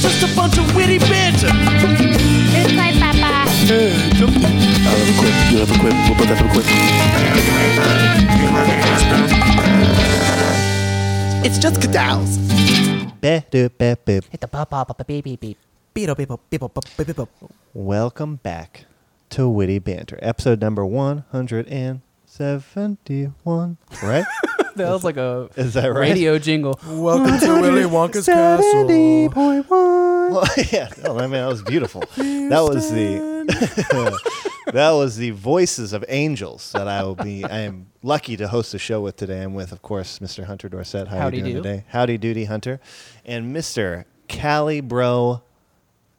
just a bunch of witty banter. It's my papa. I have a quip. You have a quip. We'll both have a quip. It's just cadals. Welcome Hit the pop pop pop beep beep beep. back to Witty Banter, episode number 171, right? That was like a Is that right? radio jingle. Welcome to Willy Wonka's castle. 70.1. Well, yeah, no, I mean, that was beautiful. that was the that was the voices of angels that I will be. I am lucky to host the show with today. I'm with, of course, Mr. Hunter Dorsett. How Howdy you doing do. today? Howdy doody, Hunter, and Mr. Cali Bro.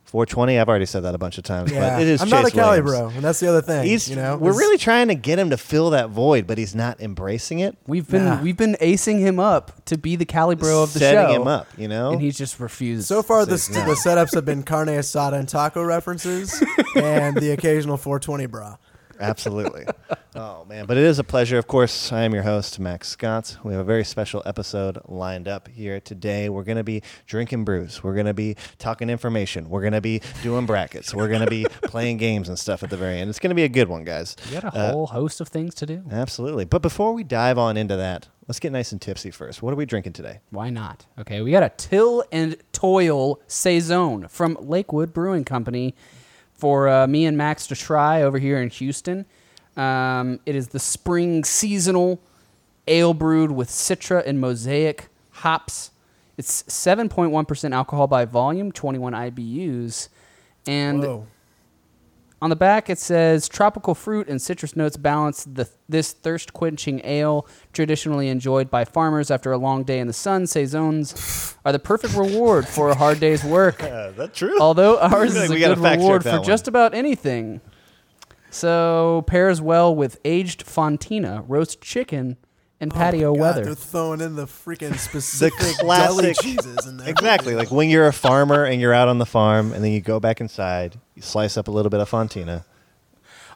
420. I've already said that a bunch of times, Yeah. but it is I'm not a Chase Cali Williams. bro, and that's the other thing. He's, you know, we're It's- really trying to get him to fill that void, but he's not embracing it. We've been Nah. we've been acing him up to be the Calibro of the setting show. him up, you know. and he's just refused. so far. The, Six the setups have been carne asada and taco references, and the occasional 420 bra. Absolutely. oh man, but it is a pleasure. Of course, I am your host, Max Scott. We have a very special episode lined up here today. We're gonna be drinking brews. We're gonna be talking information. We're gonna be doing brackets. We're gonna be playing games and stuff at the very end. It's gonna be a good one, guys. you got a Uh, whole host of things to do. absolutely. But before we dive on into that, let's get nice and tipsy first. What are we drinking today? Why not? Okay, we got a Till and Toil Saison from Lakewood Brewing Company for uh, me and Max to try over here in Houston. Um, it is the spring seasonal ale brewed with Citra and Mosaic hops. It's 7.1% alcohol by volume, 21 IBUs. And Whoa. on the back, it says tropical fruit and citrus notes balance the, this thirst quenching ale, traditionally enjoyed by farmers after a long day in the sun. Saisons are the perfect reward for a hard day's work. Uh, Is that true? Although ours feel like is a we gotta good fact check reward for that one. just about anything. So pairs well with aged fontina, roast chicken, and patio Oh God, weather. They're throwing in the freaking specific deli classic- cheeses in there. Exactly. Like when you're a farmer and you're out on the farm and then you go back inside, you slice up a little bit of Fontina.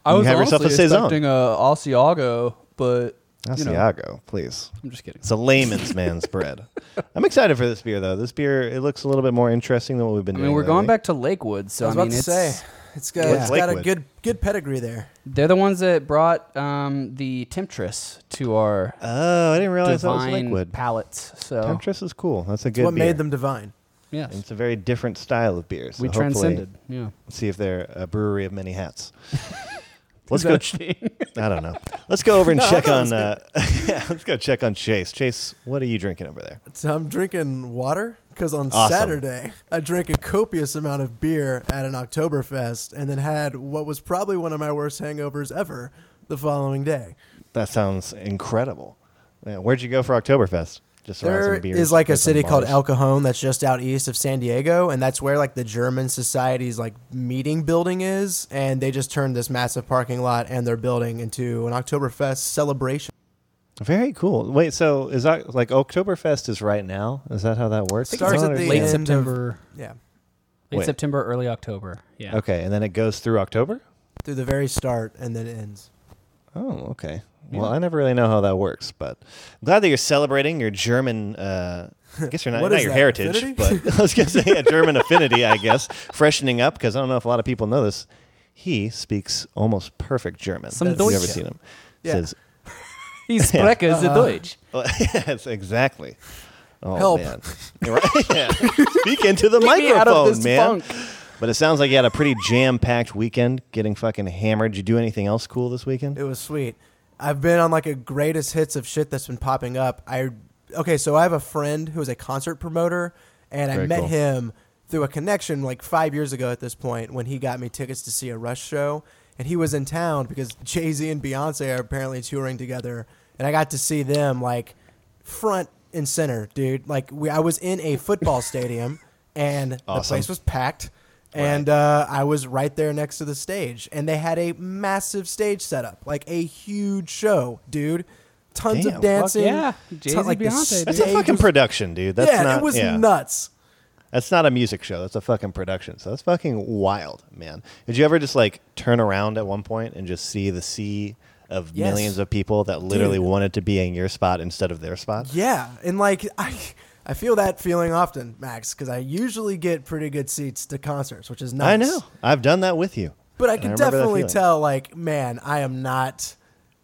I You was have yourself a honestly saison. expecting a Asiago, but you know, Asiago, please. I'm just kidding. It's a layman's man's bread. I'm excited for this beer though. This beer it looks a little bit more interesting than what we've been I doing. mean, we're going lately. back to Lakewood, so I, I was mean, about to it's say, it's got, What's it's got a liquid? good good pedigree there. They're the ones that brought um, the temptress to our Oh, I didn't realize that was divine liquid. palates. So Temptress is cool. That's a good. It's what beer. made them divine. yes, It's a very different style of beer. So we hopefully- transcended. Yeah. Let's see if they're a brewery of many hats. Let's go. Ch- I don't know. Let's go over and check on. Uh, yeah, let's go check on Chase. Chase, what are you drinking over there? So I'm drinking water because on Awesome. Saturday I drank a copious amount of beer at an Oktoberfest and then had what was probably one of my worst hangovers ever the following day. That sounds incredible. Man, where'd you go for Oktoberfest? Just around There some beers is like a at some city called bars. El Cajon that's just out east of San Diego, and that's where like the German society's like meeting building is, and they just turned this massive parking lot and their building into an Oktoberfest celebration. Very cool. Wait, so is that like Oktoberfest is right now? Is that how that works? think Starts I don't at the late end understand. of- September, Yeah, late Wait. September, early October. Yeah. Okay, and then it goes through October? through the very start and then it ends. Oh, okay. Well, I never really know how that works, but I'm glad that you're celebrating your German. Uh, I guess you're not, What not is your that, heritage, affinity? but I was gonna say yeah, German affinity, I guess. Freshening up because I don't know if a lot of people know this. He speaks almost perfect German. Some if you've ever Deutsch. seen him? Yeah. Says, He's spreche Uh-huh. the Deutsch. well, yes, exactly. Oh, Help. man. You're right. Yeah. Speak into the microphone, me out of this man. funk. But it sounds like you had a pretty jam-packed weekend, getting fucking hammered. Did you do anything else cool this weekend? It was sweet. I've been on like a greatest hits of shit that's been popping up. I okay, so I have a friend who is a concert promoter, and Very I met cool. him through a connection like five years ago at this point when he got me tickets to see a Rush show, and he was in town because Jay Z and Beyonce are apparently touring together, and I got to see them like front and center, dude. Like we, I was in a football stadium, and the Awesome. place was packed. And uh, I was right there next to the stage, and they had a massive stage setup, like a huge show, dude. Tons Damn. of dancing. Fuck yeah. ton- Jay-Z, the Beyonce, dude. That's a stage fucking was- production, dude. That's yeah, not, it was yeah. nuts. That's not a music show. That's a fucking production. So that's fucking wild, man. Did you ever just like turn around at one point and just see the sea of Yes. millions of people that literally Dude. wanted to be in your spot instead of their spot? Yeah, and like I, I feel that feeling often, Max, because I usually get pretty good seats to concerts, which is nice. I know. I've done that with you. But I And could remember that definitely feeling. tell, like, man, I am not,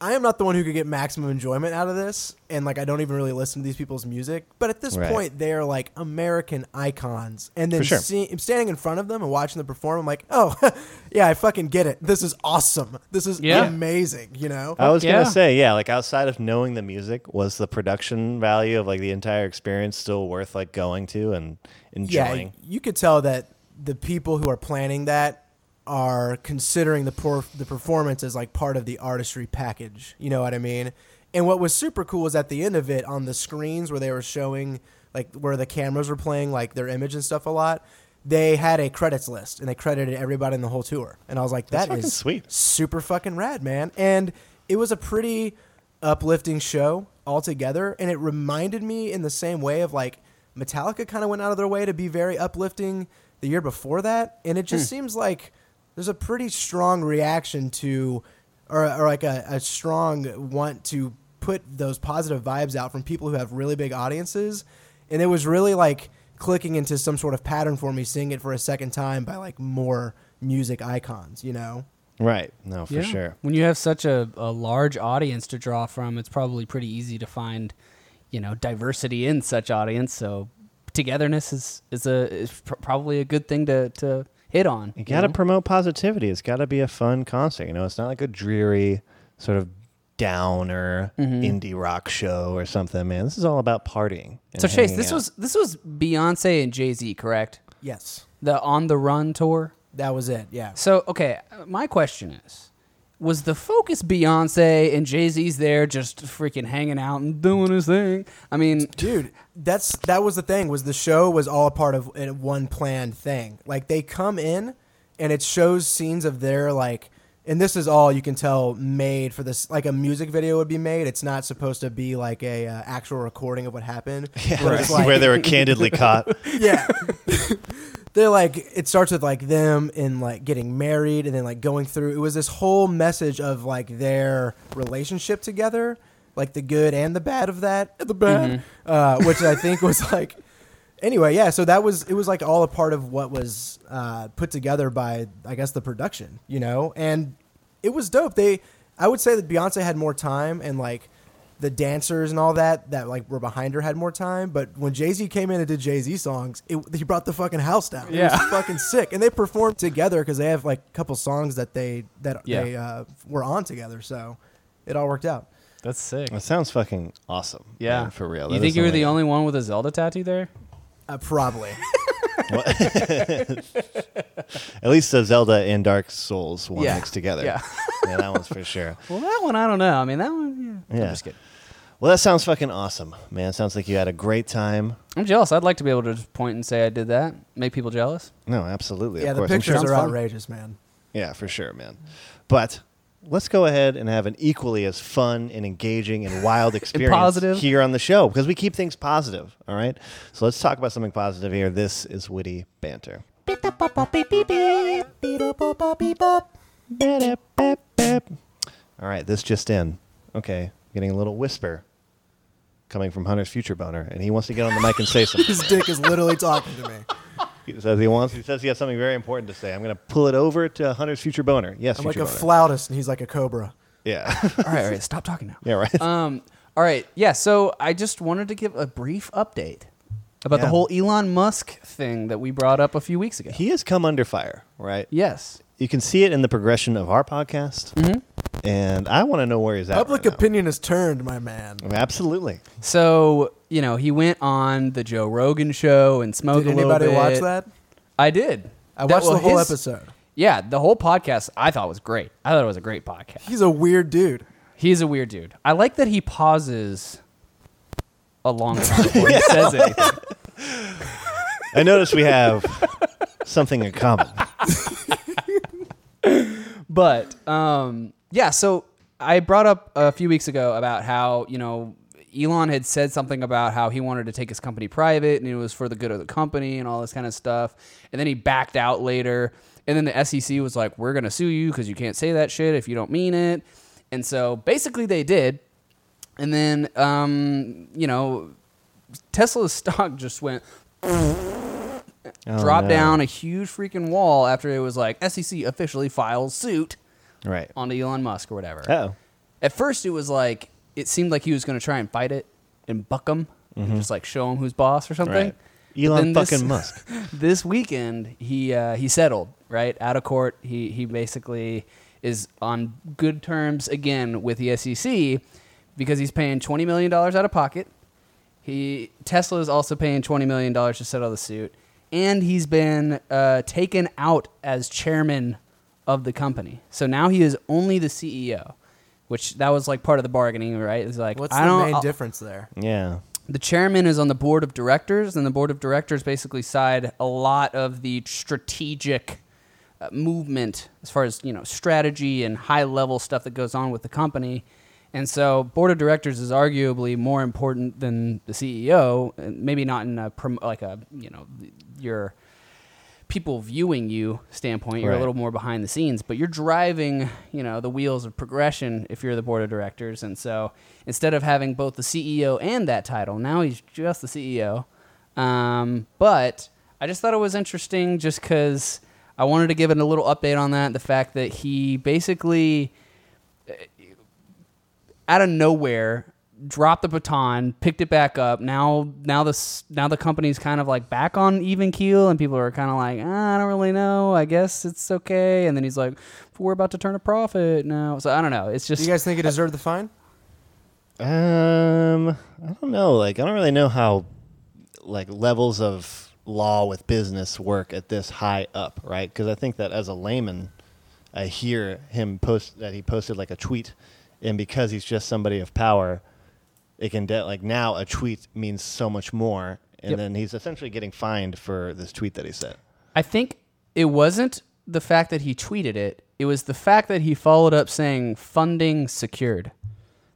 I am not the one who could get maximum enjoyment out of this, and like, I don't even really listen to these people's music. But at this Right. point, they are like American icons, and then For sure. see, standing in front of them and watching them perform, I'm like, oh, yeah, I fucking get it. This is awesome. This is Yeah. amazing. You know, I was yeah. gonna say, yeah, like outside of knowing the music, was the production value of like the entire experience still worth like going to and enjoying? Yeah, you could tell that the people who are planning that are considering the por- the performance as like part of the artistry package. You know what I mean? And what was super cool was at the end of it on the screens where they were showing like where the cameras were playing like their image and stuff a lot. They had a credits list and they credited everybody in the whole tour. And I was like, That's that fucking is sweet. super fucking rad, man. And it was a pretty uplifting show altogether. And it reminded me in the same way of like Metallica kind of went out of their way to be very uplifting the year before that. And it just seems like there's a pretty strong reaction to, or, or like a, a strong want to put those positive vibes out from people who have really big audiences. And it was really like clicking into some sort of pattern for me seeing it for a second time by like more music icons, you know? Right. No, for Yeah. sure. When you have such a, a large audience to draw from, it's probably pretty easy to find, you know, diversity in such audience. So togetherness is is a is pr- probably a good thing to to hit on. You got to promote positivity. It's got to be a fun concert. You know, it's not like a dreary sort of downer Mm-hmm. indie rock show or something. Man, this is all about partying. and So Chase, hanging this out. was this was Beyonce and Jay Z, correct? Yes. The On the Run tour. That was it. Yeah. So okay, uh, my question is. Was the focus Beyonce and Jay Z's there just freaking hanging out and doing his thing? I mean, Dude, that's that was the thing was the show was all a part of uh, one planned thing. Like they come in and it shows scenes of their like and this is all you can tell made for this like a music video would be made. It's not supposed to be like a uh, actual recording of what happened. Yeah. where they were candidly caught. yeah. They're like it starts with like them and like getting married and then like going through it was this whole message of like their relationship together, like the good and the bad of that. The bad. Uh, which I think was like anyway, yeah, so that was it was like all a part of what was uh, put together by I guess the production, you know? And it was dope. They I would say that Beyonce had more time and like the dancers and all that that like were behind her had more time, but when Jay Z came in and did Jay Z songs, it, he brought the fucking house down. It Yeah. was fucking sick. And they performed together because they have like a couple songs that they that Yeah. they uh, were on together, so it all worked out. that's sick. That sounds fucking awesome. Yeah, man, for real. You That think is you were the amazing. only one with a Zelda tattoo there? Uh, probably. At least the Zelda and Dark Souls one Yeah. mixed together. Yeah. yeah, that one's for sure. Well, that one I don't know. I mean, that one. Yeah. Yeah. I'm just kidding. Well, that sounds fucking awesome, man. Sounds like you had a great time. I'm jealous. I'd like to be able to just point and say I did that. Make people jealous. No, absolutely. yeah, of the course. I'm sure- pictures Sounds are fun. outrageous, man. Yeah, for sure, man. But let's go ahead and have an equally as fun and engaging and wild experience positive. here on the show because we keep things positive. All right. So let's talk about something positive here. This is witty banter. All right, this just in. Okay, getting a little whisper coming from Hunter's future boner, and he wants to get on the mic and say something. His dick is literally talking to me. He says he wants. He says he has something very important to say. I'm going to pull it over to Hunter's future boner. Yes, I'm like future a boner. flautist, and he's like a cobra. yeah, all right, all right. Stop talking now. yeah, right. Uh, Um. All right. Yeah. So I just wanted to give a brief update about the Yeah. whole Elon Musk thing that we brought up a few weeks ago. he has come under fire, right? yes. You can see it in the progression of our podcast, and I want to know where he's at. Public right now. opinion is turned, my man. Absolutely. So you know he went on the Joe Rogan show and smoked Did a little anybody bit. watch that? I did. I That- watched well, the whole his- episode. Yeah, the whole podcast I thought was great. I thought it was a great podcast. He's a weird dude. He's a weird dude. I like that he pauses a long time before he says anything. I notice we have something in common. But um, yeah, so I brought up a few weeks ago about how you know Elon had said something about how he wanted to take his company private and it was for the good of the company and all this kind of stuff, and then he backed out later. And then the SEC was like, "We're gonna sue you because you can't say that shit if you don't mean it." And so basically, they did. And then, um, you know, Tesla's stock just went Oh, drop no. down a huge freaking wall after it was like SEC officially files suit Right. onto Elon Musk or whatever. Oh. At first, it was like it seemed like he was going to try and fight it and buck him and just like show him who's boss or something. Mm-hmm. Right. Elon But then fucking this- Musk. this weekend, he uh, he settled right out of court. He he basically is on good terms again with the SEC because he's paying twenty million dollars out of pocket. He Tesla is also paying twenty million dollars to settle the suit, and he's been uh, taken out as chairman of the company. So now he is only the CEO, which that was like part of the bargaining, right? It's like What's I the don't, main I'll- difference there? Yeah. the chairman is on the board of directors, and the board of directors basically side a lot of the strategic uh, movement as far as you know strategy and high level stuff that goes on with the company. And so, board of directors is arguably more important than the CEO. and Maybe not in a prom- like a you know your people viewing you standpoint. You're a Right. little more behind the scenes, but you're driving, you know, the wheels of progression if you're the board of directors. And so instead of having both the CEO and that title, now he's just the CEO. Um, but I just thought it was interesting just because I wanted to give it a little update on that. The fact that he basically out of nowhere dropped the baton picked it back up now now this now the company's kind of like back on even keel and people are kind of like ah, i don't really know i guess it's okay and then he's like we're about to turn a profit now so i don't know it's Do just you guys think he deserved the fine? Um, I don't know. Like, I don't really know how like levels of law with business work at this high up, right? Because I think that as a layman, I hear him post that he posted like a tweet, and because he's just somebody of power, it can de- like now a tweet means so much more, and Yep. then he's essentially getting fined for this tweet that he said. i think it wasn't the fact that he tweeted it it was the fact that he followed up saying funding secured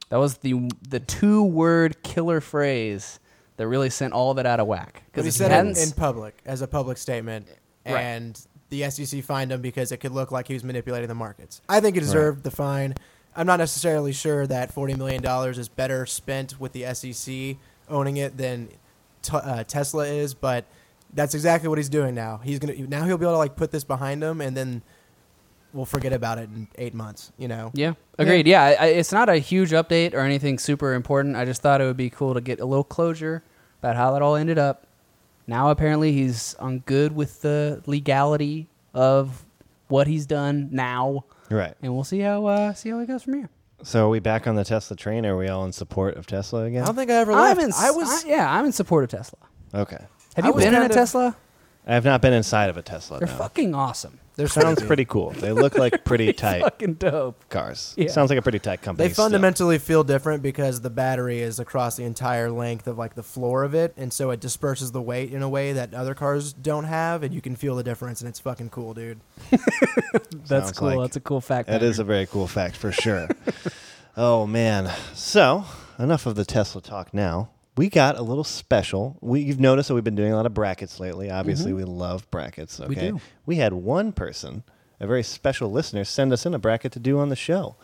that was the the two word killer phrase that really sent all of it out of whack But because he if said hadn't it in public as a public statement, Right. and the SEC fined him because it could look like he was manipulating the markets. I think he deserved the fine. I'm not necessarily sure that 40 million dollars is better spent with the SEC owning it than t- uh, Tesla is, but that's exactly what he's doing now. He's gonna now he'll be able to like put this behind him, and then we'll forget about it in eight months. You know? Yeah, agreed. Yeah, I, I, it's not a huge update or anything super important. I just thought it would be cool to get a little closure about how that all ended up. Now apparently he's on good with the legality of what he's done now, Right. and we'll see how uh, see how it goes from here. So are we back on the Tesla train? Are we all in support of Tesla again? I don't think I ever I'm left. in, I was. yeah, I'm in support of Tesla. okay. Have I you was been in a kind of- Tesla? I have not been inside of a Tesla. They're no. fucking awesome. They're Sounds crazy. pretty cool. They look like pretty tight Fucking dope. cars. Yeah. Sounds like a pretty tight company. They fundamentally feel different because the battery is across the entire length of like the floor of it, and so it disperses the weight in a way that other cars don't have, and you can feel the difference, and it's fucking cool, dude. That's Sounds cool. like- That's a cool fact. That pattern. is a very cool fact for sure. oh man. So enough of the Tesla talk now. We got a little special. We, you've noticed that we've been doing a lot of brackets lately. Obviously, we love brackets. Okay, Mm-hmm. do. we had one person, a very special listener, send us in a bracket to do on the show.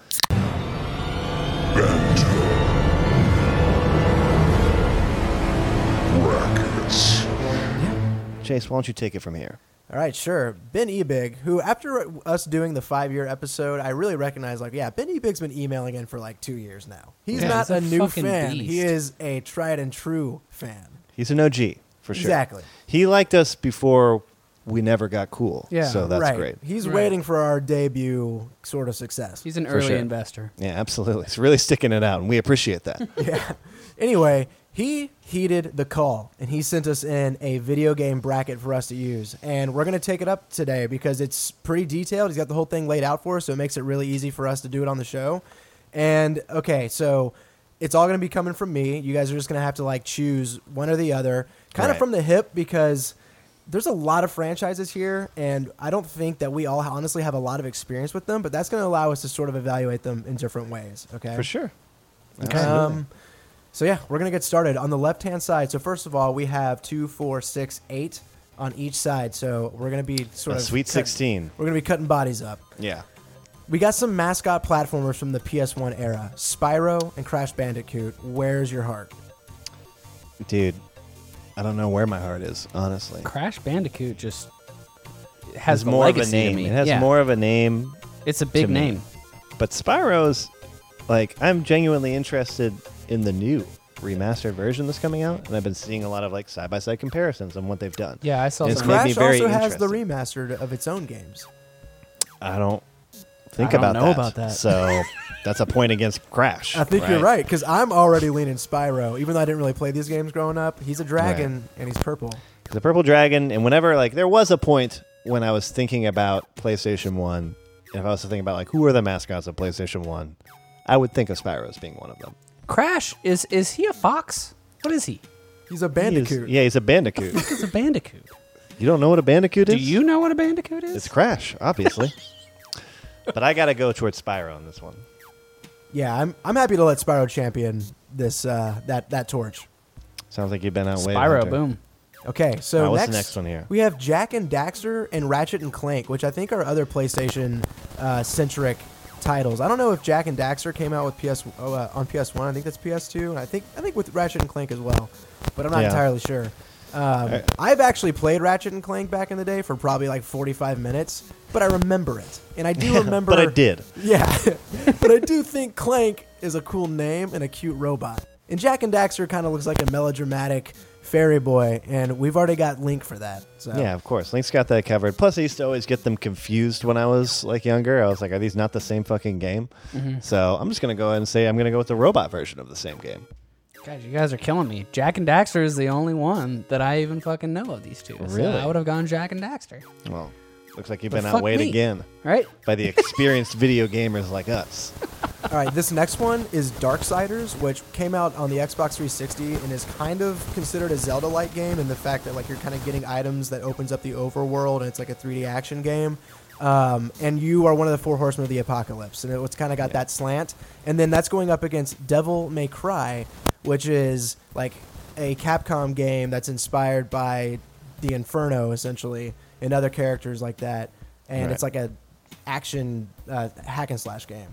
Chase, why don't you take it from here? All right, sure. Ben Ebig, who after us doing the five year episode, I really recognize like, yeah, Ben Ebig's been emailing in for like two years now. He's Yeah, not he's a a, new fucking fan. He beast. is a tried and true fan. He's an OG for sure. Exactly. He liked us before we never got cool. Yeah. So that's right. great. He's Right. waiting for our debut sort of success. He's an For early sure. investor. Yeah, absolutely. It's really sticking it out, and we appreciate that. yeah. Anyway, he heeded the call and he sent us in a video game bracket for us to use. And we're going to take it up today because it's pretty detailed. He's got the whole thing laid out for us, so it makes it really easy for us to do it on the show. And okay, so it's all going to be coming from me. You guys are just going to have to like choose one or the other, kind Right. of from the hip because there's a lot of franchises here and I don't think that we all honestly have a lot of experience with them, but that's going to allow us to sort of evaluate them in different ways, okay? for sure. Absolutely. Um, so yeah, we're gonna get started on the left hand side. So first of all, we have two, four, six, eight on each side. So we're gonna be sort A of sweet cut- 16. We're gonna be cutting bodies up. Yeah. We got some mascot platformers from the PS1 era: Spyro and Crash Bandicoot. Where's your heart? dude. I don't know where my heart is, honestly. Crash Bandicoot just has It's the more of a legacy to name. me. It has Yeah. more of a name, It's a big to me. name. but Spyro's like I'm genuinely interested in the new remastered version that's coming out, and I've been seeing a lot of like side by side comparisons on what they've done. Yeah, I saw It's some. made me Crash very also has the interested. remastered of its own games. I don't think I don't about, know that. about that. So that's a point against Crash. I think you're right because I'm already leaning Spyro, even though I didn't really play these games growing up. He's a dragon and he's purple. the purple dragon and whenever like there was a point when i was thinking about playstation 1 and if i was to think about like who are the mascots of playstation 1 i would think of spyro as being one of them Crash is is he a fox? What is he? He's a He is- bandicoot. yeah he's a bandicoot He's a bandicoot. you don't know what a bandicoot is Do you know what a bandicoot is? it's crash obviously but i gotta go towards spyro on this one Yeah, I'm, I'm happy to let Spyro champion this uh, that that torch. sounds like you've been out way Spyro. Boom. Okay, so Alright, what's the next, next one here? We have Jack and Daxter and Ratchet and Clank, which I think are other PlayStation uh, centric titles. I don't know if Jack and Daxter came out with PS oh, uh, on PS One. I think that's PS Two, and I think I think with Ratchet and Clank as well, but I'm not Yeah. entirely sure. Um, Alright. I've actually played Ratchet and Clank back in the day for probably like 45 minutes, but I remember it, and I do remember. but i did Yeah, but I do think Clank is a cool name and a cute robot. And Jack and Daxter kind of looks like a melodramatic fairy boy, and we've already got Link for that. Oh. So yeah, of course. Link's got that covered. Plus, I used to always get them confused when I was like younger. I was like, "Are these not the same fucking game?" Mm-hmm. So I'm just gonna go ahead and say I'm gonna go with the robot version of the same game. Guys, you guys are killing me. Jack and Daxter is the only one that I even fucking know of these two. So Really? I would have gone Jack and Daxter. Well, looks like you've But been fuck outweighed me. again Right? by the experienced video gamers like us. All right, this next one is Darksiders, which came out on the Xbox 360 and is kind of considered a Zelda-like game in the fact that like you're kind of getting items that opens up the overworld and it's like a 3D action game. Um, and you are one of the four horsemen of the apocalypse, and it's kind of got that slant. And then that's going up against Devil May Cry, which is like a Capcom game that's inspired by the Inferno, essentially, and other characters like that. And Right. it's like a action uh, hack and slash game.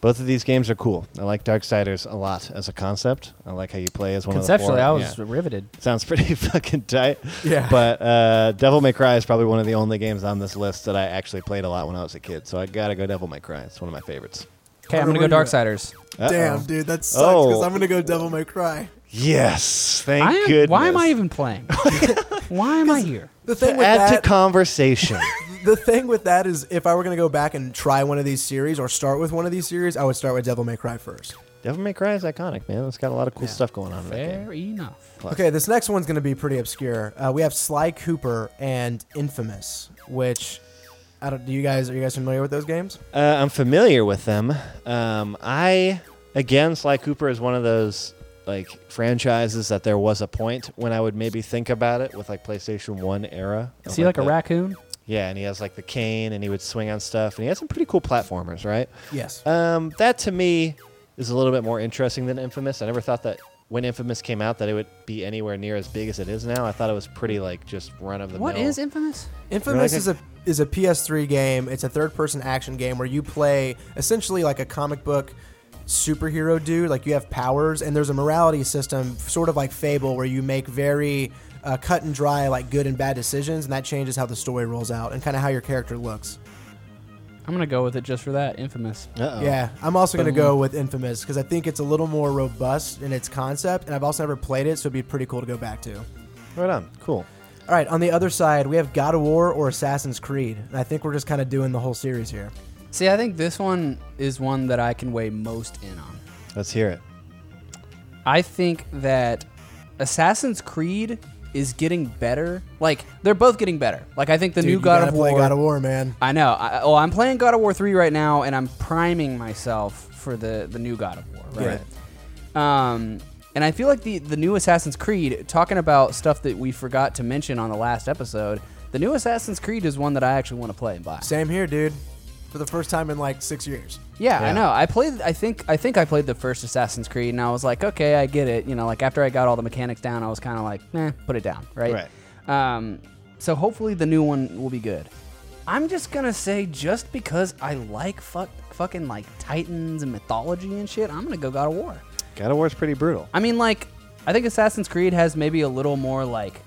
Both of these games are cool. I like Darksiders a lot as a concept. I like how you play as one of Conceptually, the I four. was Yeah. riveted. Sounds pretty fucking tight. Yeah. But uh, Devil May Cry is probably one of the only games on this list that I actually played a lot when I was a kid. So I gotta go Devil May Cry. It's one of my favorites. Okay, I'm Hunter, gonna go where you at? Darksiders. Uh-oh. Damn, dude, that sucks because Oh. I'm gonna go Devil May Cry. Yes. Thank I am, goodness. Why am I even playing? why am I here? The thing with Add that, to conversation. the thing with that is, if I were gonna go back and try one of these series or start with one of these series, I would start with Devil May Cry first. Devil May Cry is iconic, man. It's got a lot of cool stuff going on in that game. Fair enough. Okay, this next one's gonna be pretty obscure. Uh, we have Sly Cooper and Infamous, which I don't. Do you guys are you guys familiar with those games? Uh, I'm familiar with them. Um, I again, Sly Cooper is one of those like franchises that there was a point when I would maybe think about it with like PlayStation One era. Is he like a the- raccoon? Yeah, and he has like the cane, and he would swing on stuff, and he had some pretty cool platformers, right? Yes. Um, that to me is a little bit more interesting than Infamous. I never thought that when Infamous came out that it would be anywhere near as big as it is now. I thought it was pretty like just run of the mill. What is infamous? Infamous Really? is a is a PS3 game. It's a third person action game where you play essentially like a comic book superhero dude. Like you have powers, and there's a morality system, sort of like Fable, where you make very uh, cut and dry like good and bad decisions, and that changes how the story rolls out and kind of how your character looks. I'm gonna go with it just for that. Infamous. Uh-oh. Yeah, I'm also gonna go with Infamous because I think it's a little more robust in its concept, and I've also never played it, so it'd be pretty cool to go back to. Right on. Cool. All right, on the other side, we have God of War or Assassin's Creed, and I think we're just kind of doing the whole series here. See, I think this one is one that I can weigh most in on. Let's hear it. I think that Assassin's Creed is getting better. Like they're both getting better. Like I think the Dude, new you God gotta of, play War, God of War, man. I know. I, well, I'm playing God of War three right now, and I'm priming myself for the the new God of War. Right. Um, and I feel like the the new Assassin's Creed, talking about stuff that we forgot to mention on the last episode, the new Assassin's Creed is one that I actually want to play and buy. Same here, dude. For the first time in like six years. Yeah, I Yeah. know. I played. I think. I think I played the first Assassin's Creed, and I was like, okay, I get it. You know, like after I got all the mechanics down, I was kind of like, eh, put it down, right? Right. Um, so hopefully the new one will be good. I'm just gonna say, just because I like fuck, fucking like Titans and mythology and shit, I'm gonna go God of War. God of War's pretty brutal. I mean, like, I think Assassin's Creed has maybe a little more like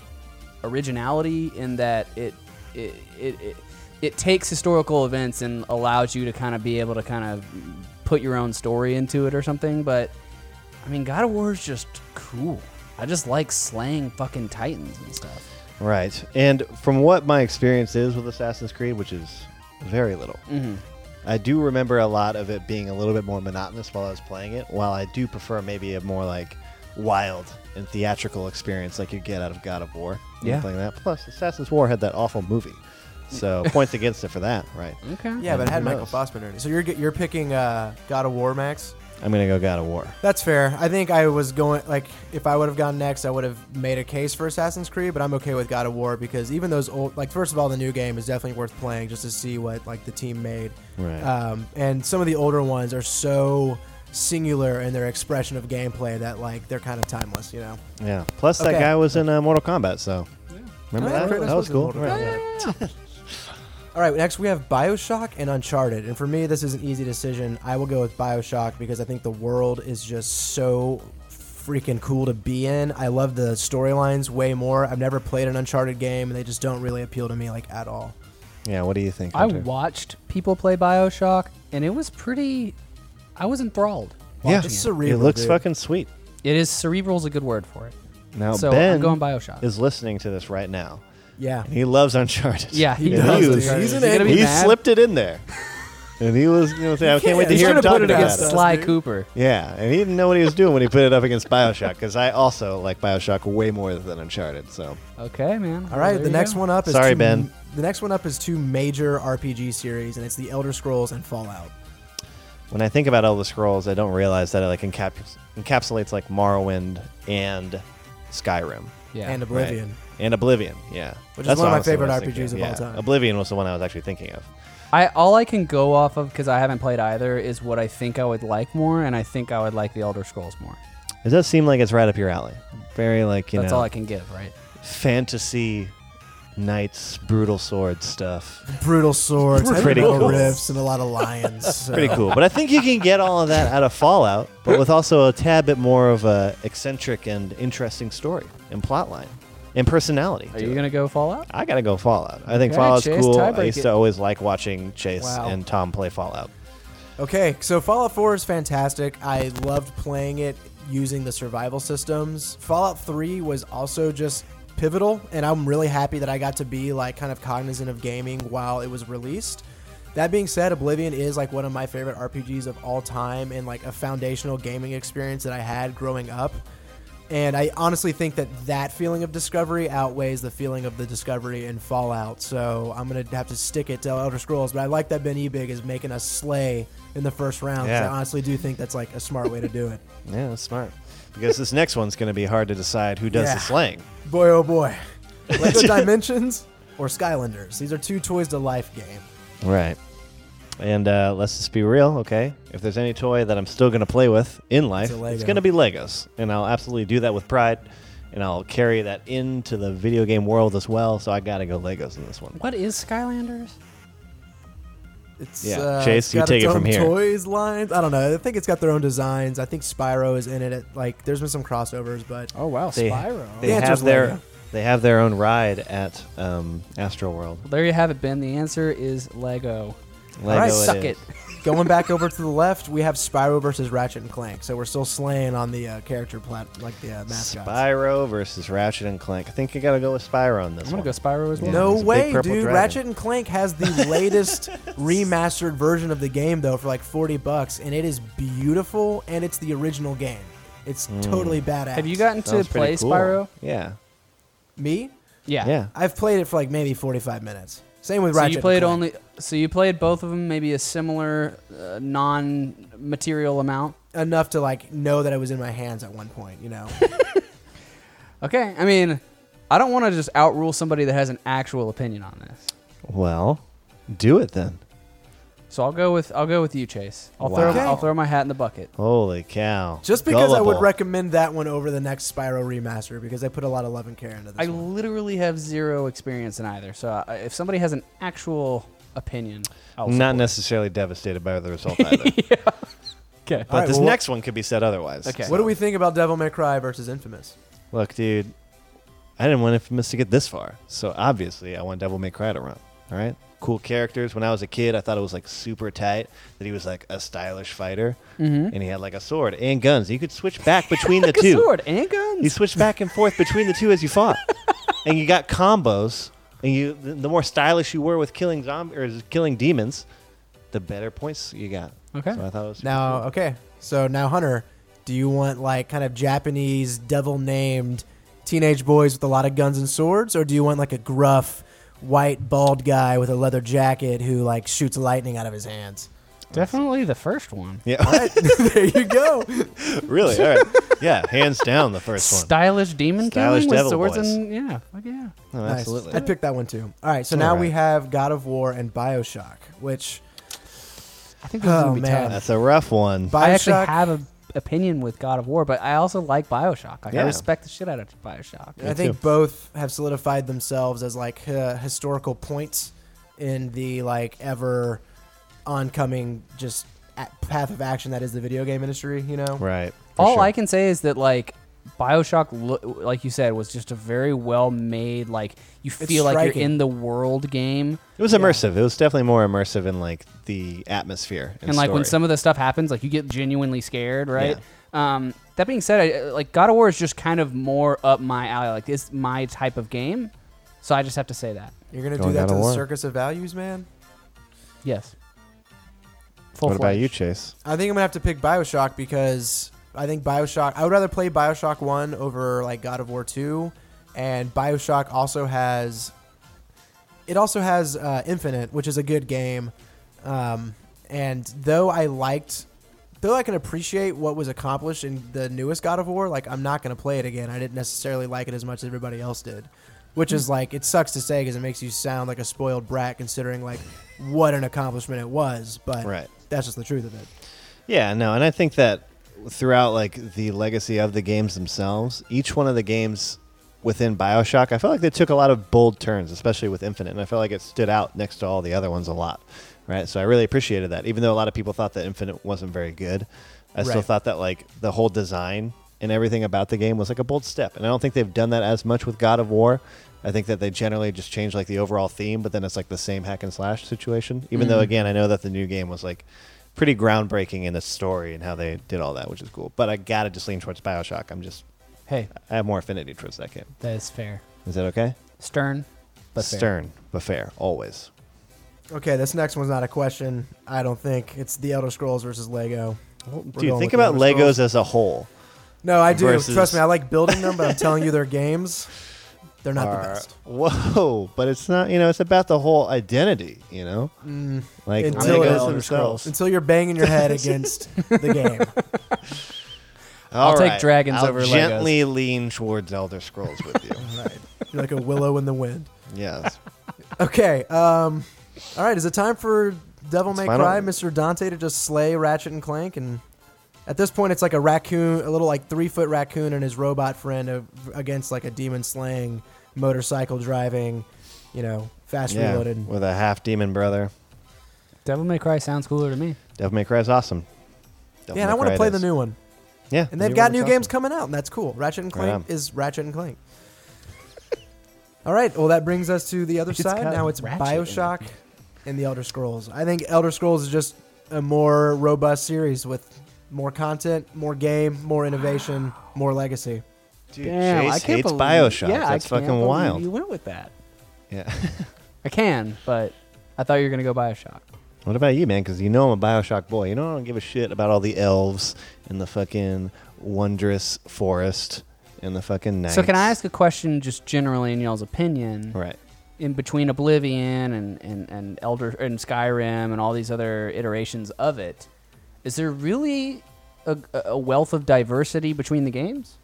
originality in that it it it, it, it takes historical events and allows you to kind of be able to kind of put your own story into it or something. But I mean, God of War is just cool. I just like slaying fucking titans and stuff. Right. And from what my experience is with Assassin's Creed, which is very little, Mm-hmm. I do remember a lot of it being a little bit more monotonous while I was playing it, while I do prefer maybe a more like wild and theatrical experience like you get out of God of War. when you're Yeah. Playing that. Plus, Assassin's War had that awful movie. So points against it for that, right? Okay. Yeah, but it had Mm, Who Michael knows? Fassbender. in it. So you're g- you're picking uh, God of War, Max. I'm going to go God of War. That's fair. I think I was going like if I would have gone next, I would have made a case for Assassin's Creed, but I'm okay with God of War because even those old like first of all, the new game is definitely worth playing just to see what like the team made. Right. Um, and some of the older ones are so singular in their expression of gameplay that like they're kind of timeless, you know. Yeah. Plus, that Okay. guy was in uh, Mortal Kombat, so. Remember Oh, yeah, that? Kratos That was was in cool. Mortal Right. All right, next we have Bioshock and Uncharted. And for me, this is an easy decision. I will go with Bioshock because I think the world is just so freaking cool to be in. I love the storylines way more. I've never played an Uncharted game, and they just don't really appeal to me like at all. Yeah, what do you think? I Hunter? watched people play Bioshock, and it was pretty. I was enthralled. yeah, watching It's it. cerebral. it looks dude. fucking sweet. it is cerebral is a good word for it. Now So, I'm Ben going Bioshock. is listening to this right now. Yeah. He loves Uncharted. Yeah, he And does, He, dude. was- Is He's an he gonna be he mad? slipped it in there, and he was. You know, saying, I can't wait to He's hear him gonna put talk it about against it. us, Sly dude. Cooper. Yeah, and he didn't know what he was doing when he put it up against Bioshock because I also like Bioshock way more than Uncharted. So Okay, man. All right, There the you next go. one up is Sorry, two, Ben. The next one up is two major RPG series, and it's the Elder Scrolls and Fallout. when I think about Elder Scrolls, I don't realize that it like encaps- encapsulates like Morrowind and Skyrim. Yeah. And right? Oblivion. And Oblivion, yeah. Which is That's one of my honestly what I favorite was thinking RPGs of all yeah. time. Oblivion was the one I was actually thinking of. I all I can go off of because I haven't played either is what I think I would like more, and I think I would like the Elder Scrolls more. It does seem like it's right up your alley. Very like you That's know all I can give, right? fantasy knights, brutal sword stuff. Brutal swords, heavy Pretty metal cool. riffs, and a lot of lions. so- Pretty cool. But I think you can get all of that out of Fallout, but with also a tad bit more of a eccentric and interesting story and plot line and personality. Are to you it. gonna go Fallout? I gotta go Fallout. I think Okay, Fallout's Chase, cool. I tiebreak used it. to always like watching Chase Wow. and Tom play Fallout. Okay, so Fallout 4 is fantastic. I loved playing it using the survival systems. Fallout 3 was also just pivotal, and I'm really happy that I got to be like kind of cognizant of gaming while it was released. That being said, Oblivion is like one of my favorite RPGs of all time and like a foundational gaming experience that I had growing up. And I honestly think that that feeling of discovery outweighs the feeling of the discovery in Fallout. So I'm gonna have to stick it to Elder Scrolls. But I like that Ben Ebig is making us slay in the first round. 'cause Yeah. I honestly do think that's like a smart way to do it. Yeah, that's smart. Because this next one's gonna be hard to decide who does Yeah. the slang. Boy, oh boy, Lego Dimensions or Skylanders. These are two toys to life game. Right. And uh, let's just be real, okay? If there's any toy that I'm still going to play with in life, It's a it's Lego. going to be Legos. And I'll absolutely do that with pride. And I'll carry that into the video game world as well. So I got to go Legos in this one. What is Skylanders? It's Yeah. uh, Chase, it's you got take its it from own here. Toys lines. I don't know. I think it's got their own designs. I think Spyro is in it. At, like, there's been some crossovers, but Oh wow, They, Spyro. they The answer's have their Lego. they have their own ride at um, Astro World. Well, there you have it, Ben. The answer is Lego. Lego right, Suck is. it. Going back over to the left, we have Spyro versus Ratchet and Clank. So we're still slaying on the uh, character plat, like the uh, mascots. Spyro versus Ratchet and Clank. I think you got to go with Spyro on this I'm gonna one. go Spyro as well. Yeah. no It's a big way, dude! purple dragon. Ratchet and Clank has the latest remastered version of the game though for like forty bucks, and it is beautiful, and it's the original game. It's Hmm. totally badass. Have you gotten to Sounds pretty play cool. Spyro? Yeah. me? Yeah. Yeah. I've played it for like maybe forty-five minutes. Same with So Ratchet. you and played Clank. only. So you played both of them, maybe a similar uh, non-material amount. enough to like know that it was in my hands at one point. You know, Okay. I mean, I don't want to just outrule somebody that has an actual opinion on this. Well, do it then. So I'll go with I'll go with you, Chase. I'll Wow. throw Okay. I'll throw my hat in the bucket. Holy cow. just because I would Gullible. recommend that one over the next Spyro remaster because I put a lot of love and care into this. I one. literally have zero experience in either. So I, if somebody has an actual opinion, I'll not support. necessarily devastated by the result either. Okay. But All right, this well, next one could be said otherwise. Okay. What do we think about Devil May Cry versus Infamous? Look, dude, I didn't want Infamous to get this far, so obviously I want Devil May Cry to run. All right, cool characters. When I was a kid, I thought it was like super tight that he was like a stylish fighter, and he had like a sword and guns. You could switch back between the Mm-hmm. Like a two. sword and guns. You switched back and forth between the two as you fought, and you got combos. And you, the the more stylish you were with killing zombies or killing demons, the better points you got. Okay. So I thought it was super cool. Now, okay, so now Hunter, do you want like kind of Japanese devil named teenage boys with a lot of guns and swords, or do you want like a gruff white bald guy with a leather jacket who like shoots lightning out of his hands? Definitely the first one. Yeah. there you go. really? All right. Yeah. Hands down, the first one. Stylish demon Stylish killing with devil swords boys. and yeah, fuck yeah. No, Nice. absolutely. I'd pick that one too. All right, so now we right. have God of War and Bioshock, which I think those are Oh, gonna be man. tough. That's a rough one. Bioshock. I actually have an opinion with God of War, but I also like Bioshock. Like Yeah. I respect the shit out of Bioshock. I think both have solidified themselves as like uh, historical points in the like ever oncoming just a- path of action that is the video game industry. You know, Right. for All sure. I can say is that like Bioshock, lo- like you said, was just a very well made. Like you feel like striking. you're in the world game, It was immersive. It was definitely more immersive in like the atmosphere and, and like when story. some of the stuff happens, like you get genuinely scared, right? Um, that being said, I, like God of War is just kind of more up my alley. Like it's my type of game, so I just have to say that. you're gonna Going do God that to of the War. circus of values, man. Yes. Full What about you, fledged. Chase? I think I'm gonna have to pick Bioshock because I think Bioshock. I would rather play Bioshock One over like God of War Two, and Bioshock also has. It also has uh, Infinite, which is a good game, um, and though I liked, though I can appreciate what was accomplished in the newest God of War, like I'm not gonna play it again. I didn't necessarily like it as much as everybody else did, which is like it sucks to say because it makes you sound like a spoiled brat considering like what an accomplishment it was, but Right. that's just the truth of it. Yeah, no, and I think that throughout like the legacy of the games themselves, each one of the games within BioShock, I felt like they took a lot of bold turns, especially with Infinite, and I felt like it stood out next to all the other ones a lot. Right? So I really appreciated that. Even though a lot of people thought that Infinite wasn't very good, I still Right. thought that like the whole design and everything about the game was like a bold step. And I don't think they've done that as much with God of War. I think that they generally just change like the overall theme, but then it's like the same hack and slash situation. Even though again, I know that the new game was like pretty groundbreaking in the story and how they did all that, which is cool. But I gotta just lean towards Bioshock. I'm just Hey, I have more affinity towards that game. that is fair. Is that okay? Stern, but fair. Stern, but fair, always. Okay, this next one's not a question. I don't think it's the Elder Scrolls versus Lego. We're Dude, going think with the about Elder Legos Scrolls. as a whole. No, I do. versus- Trust me, I like building them, but I'm telling you, their games, they're not are- the best. Whoa, but it's not. You know, it's about the whole identity. You know, like Mm. Until Legos it- Elder themselves. Until you're banging your head against the game. All take dragons I'll over Legos. gently lean towards Elder Scrolls with you. You're like a willow in the wind. yes. Okay, um, all right, is it time for Devil May final- Cry, Mr. Dante, to just slay Ratchet and Clank? And at this point, it's like a raccoon, a little like three foot raccoon and his robot friend of, against like a demon slaying, motorcycle driving, you know, fast Yeah. reloaded. With a half demon brother. Devil May Cry sounds cooler to me. Devil May Cry is awesome. Devil Yeah, and May I want Cry to it play the is. new one. Yeah, And they've got one new is games awesome. coming out, and that's cool. Ratchet and Right on. Clank is Ratchet and Clank. All right, well that brings us to the other side. got Now it's Ratchet in it. BioShock and the Elder Scrolls. I think Elder Scrolls is just a more robust series with more content, more game, more innovation, more legacy. Dude, Chase hates Bioshock. That's fucking wild. You went with that. Yeah. I can, but I thought you were gonna go Bioshock. What about you, man? Because you know I'm a Bioshock boy. You know I don't give a shit about all the elves and the fucking wondrous forest and the fucking night. So can I ask a question, just generally in y'all's opinion, Right. in between Oblivion and, and and Elder and Skyrim and all these other iterations of it, is there really a, a wealth of diversity between the games?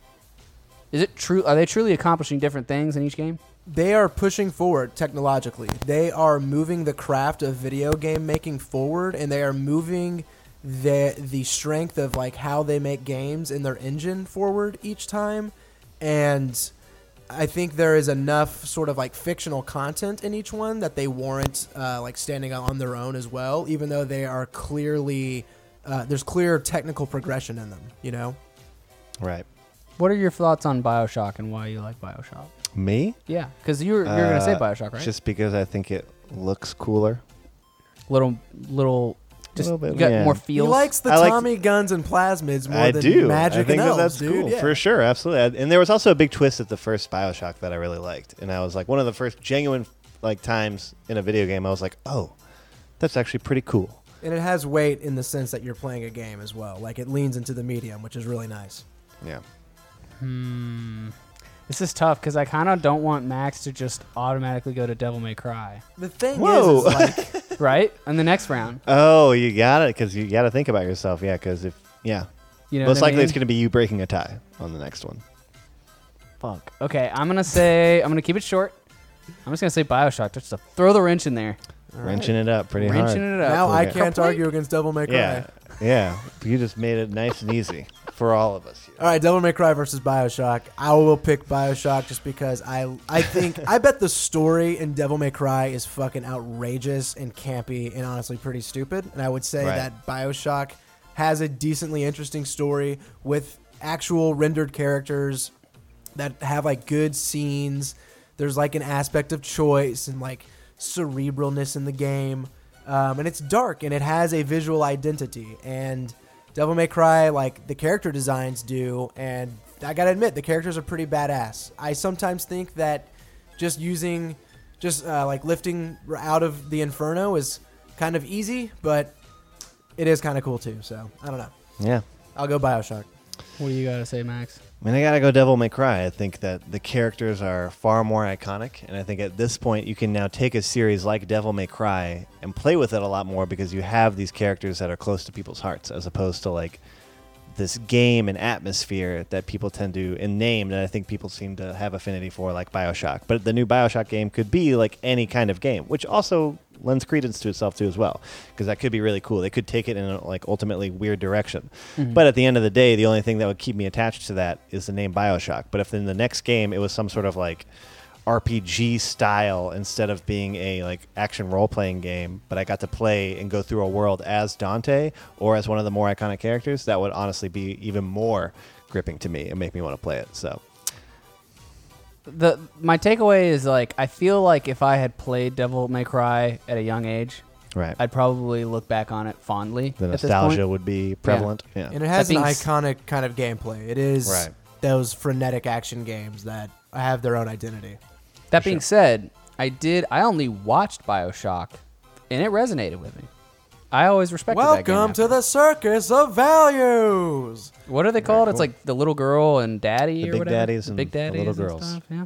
Is it true? Are they truly accomplishing different things in each game? They are pushing forward technologically. They are moving the craft of video game making forward, and they are moving the the strength of like how they make games in their engine forward each time. And I think there is enough sort of like fictional content in each one that they warrant uh, like standing on their own as well, even though they are clearly uh, there's clear technical progression in them. You know, Right. What are your thoughts on Bioshock and why you like Bioshock? Me? Yeah, because you're you're gonna say Uh, Bioshock, right? Just because I think it looks cooler. little little, just Little bit, you got yeah. more He he feels. likes the I like- Tommy guns and plasmids more I than do. magic I think and that elves, that's dude. cool Yeah. for sure. Absolutely. I- And there was also a big twist at the first Bioshock that I really liked, and I was like one of the first genuine like times in a video game I was like, oh, that's actually pretty cool. And it has weight in the sense that you're playing a game as well. Like it leans into the medium, which is really nice. Yeah. Hmm. this is tough because I kind of don't want Max to just automatically go to Devil May Cry, The thing Whoa. is, is like, right? In the next round, Oh, you got it because you got to think about yourself. Yeah, because if yeah, you know, most what I likely mean? it's going to be you breaking a tie on the next one. Fuck. Okay, I'm gonna say I'm gonna keep it short. I'm just gonna say Bioshock just to throw the wrench in there, Wrenching it up pretty hard. wrenching it up. now I Yeah. can't argue against Devil May Cry. Yeah, yeah. You just made it nice and easy for all of us. Oh. All right, Devil May Cry versus Bioshock. I will pick Bioshock just because I I think I bet the story in Devil May Cry is fucking outrageous and campy and honestly pretty stupid. And I would say Right. that Bioshock has a decently interesting story with actual rendered characters that have like good scenes. There's like an aspect of choice and like cerebralness in the game, um, and it's dark and it has a visual identity. And Devil May Cry, like the character designs do, and I gotta admit the characters are pretty badass. I sometimes think that just using, just uh, like lifting out of the inferno is kind of easy, but it is kind of cool too. So I don't know. Yeah. I'll go Bioshock. What do you gotta say, Max? I mean, I gotta go Devil May Cry. I think that the characters are far more iconic, and I think at this point you can now take a series like Devil May Cry and play with it a lot more because you have these characters that are close to people's hearts, as opposed to like this game and atmosphere that people tend to and name that I think people seem to have affinity for, like Bioshock. But the new Bioshock game could be like any kind of game, which also lends credence to itself too as well, because that could be really cool. They could take it in a, like ultimately weird direction. But at the end of the day, the only thing that would keep me attached to that is the name Bioshock. But if in the next game it was some sort of like RPG style instead of being a like action role playing game, but I got to play and go through a world as Dante or as one of the more iconic characters, that would honestly be even more gripping to me and make me want to play it. So the my takeaway is like I feel like if I had played Devil May Cry at a young age, right. I'd probably look back on it fondly. the at this nostalgia point. would be prevalent. Yeah. And it has an being s- iconic kind of gameplay. It is Right. those frenetic action games that have their own identity. That being said, I did. I only watched Bioshock, and it resonated with me. I always respected that game Welcome after. to the circus of values. What are they called? It's like the little girl and daddy, The or big whatever. daddies The and big the daddies, little and girls. stuff, Yeah.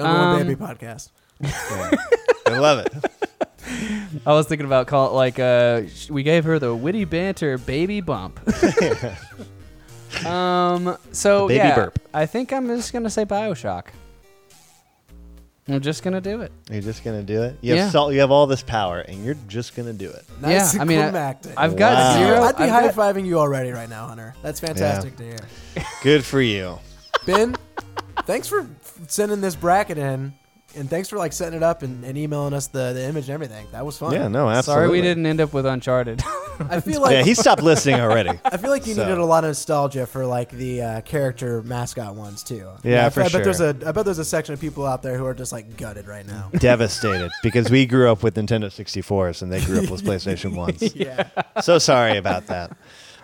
Number Um, one baby podcast. I love it. I was thinking about call it like uh, sh- we gave her the witty banter baby bump. um. So The baby yeah, burp. I think I'm just gonna say Bioshock. I'm just gonna do it. You're just gonna do it. You have Yeah. salt you have all this power and you're just gonna do it. yeah, Nice and I mean, I, climactic. I've got Wow. zero. I'd be I've high got- fiving you already right now, Hunter. That's fantastic to hear. Good for you. Ben, thanks for f- sending this bracket in, and thanks for like setting it up and, and emailing us the, the image and everything. That was fun. Yeah, no, absolutely. Sorry, we didn't end up with Uncharted. I feel like Yeah, he stopped listening already. I feel like you So- needed a lot of nostalgia for like the uh, character mascot ones too. Yeah, I, for I bet there's sure. a I bet there's a section of people out there who are just like gutted right now. Devastated because we grew up with Nintendo 64s and they grew up with PlayStation 1s. yeah. so sorry about that.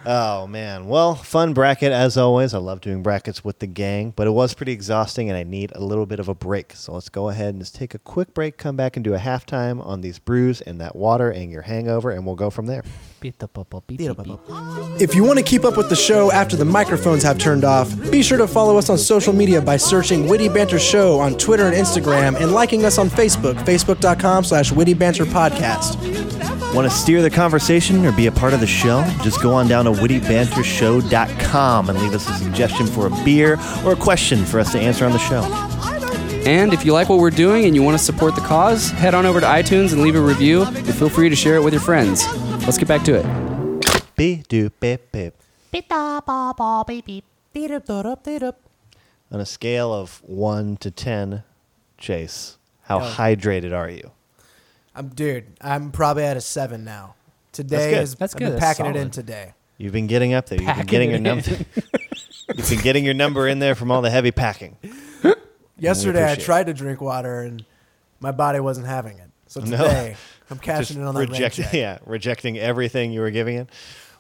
Oh man. Well, fun bracket as always. I love doing brackets with the gang, but it was pretty exhausting and I need a little bit of a break. So let's go ahead and just take a quick break, come back and do a halftime on these brews and that water and your hangover and we'll go from there. Beat the bubble, beat the bubble. If you want to keep up with the show after the microphones have turned off, be sure to follow us on social media by searching Witty Banter Show on Twitter and Instagram and liking us on Facebook, facebook.com slash Witty Banter Podcast. Want to steer the conversation or be a part of the show? Just go on down to wittybantershow.com and leave us a suggestion for a beer or a question for us to answer on the show. And if you like what we're doing and you want to support the cause, head on over to iTunes and leave a review, and feel free to share it with your friends. Let's get back to it. Be do bip bip. Pita ba ba baby. On a scale of one to ten, Oh. Chase, how hydrated are you? I'm, dude, I'm probably at a seven now. Today That's good. is That's I've been good. That's packing it in solid. today. You've been getting up there. You've been Packing getting it your in. number. You've been getting your number in there from all the heavy packing. Yesterday I appreciate it. tried to drink water and my body wasn't having it. So No. today I'm Just cashing in on that rent rejecting, check. yeah, rejecting everything you were giving it.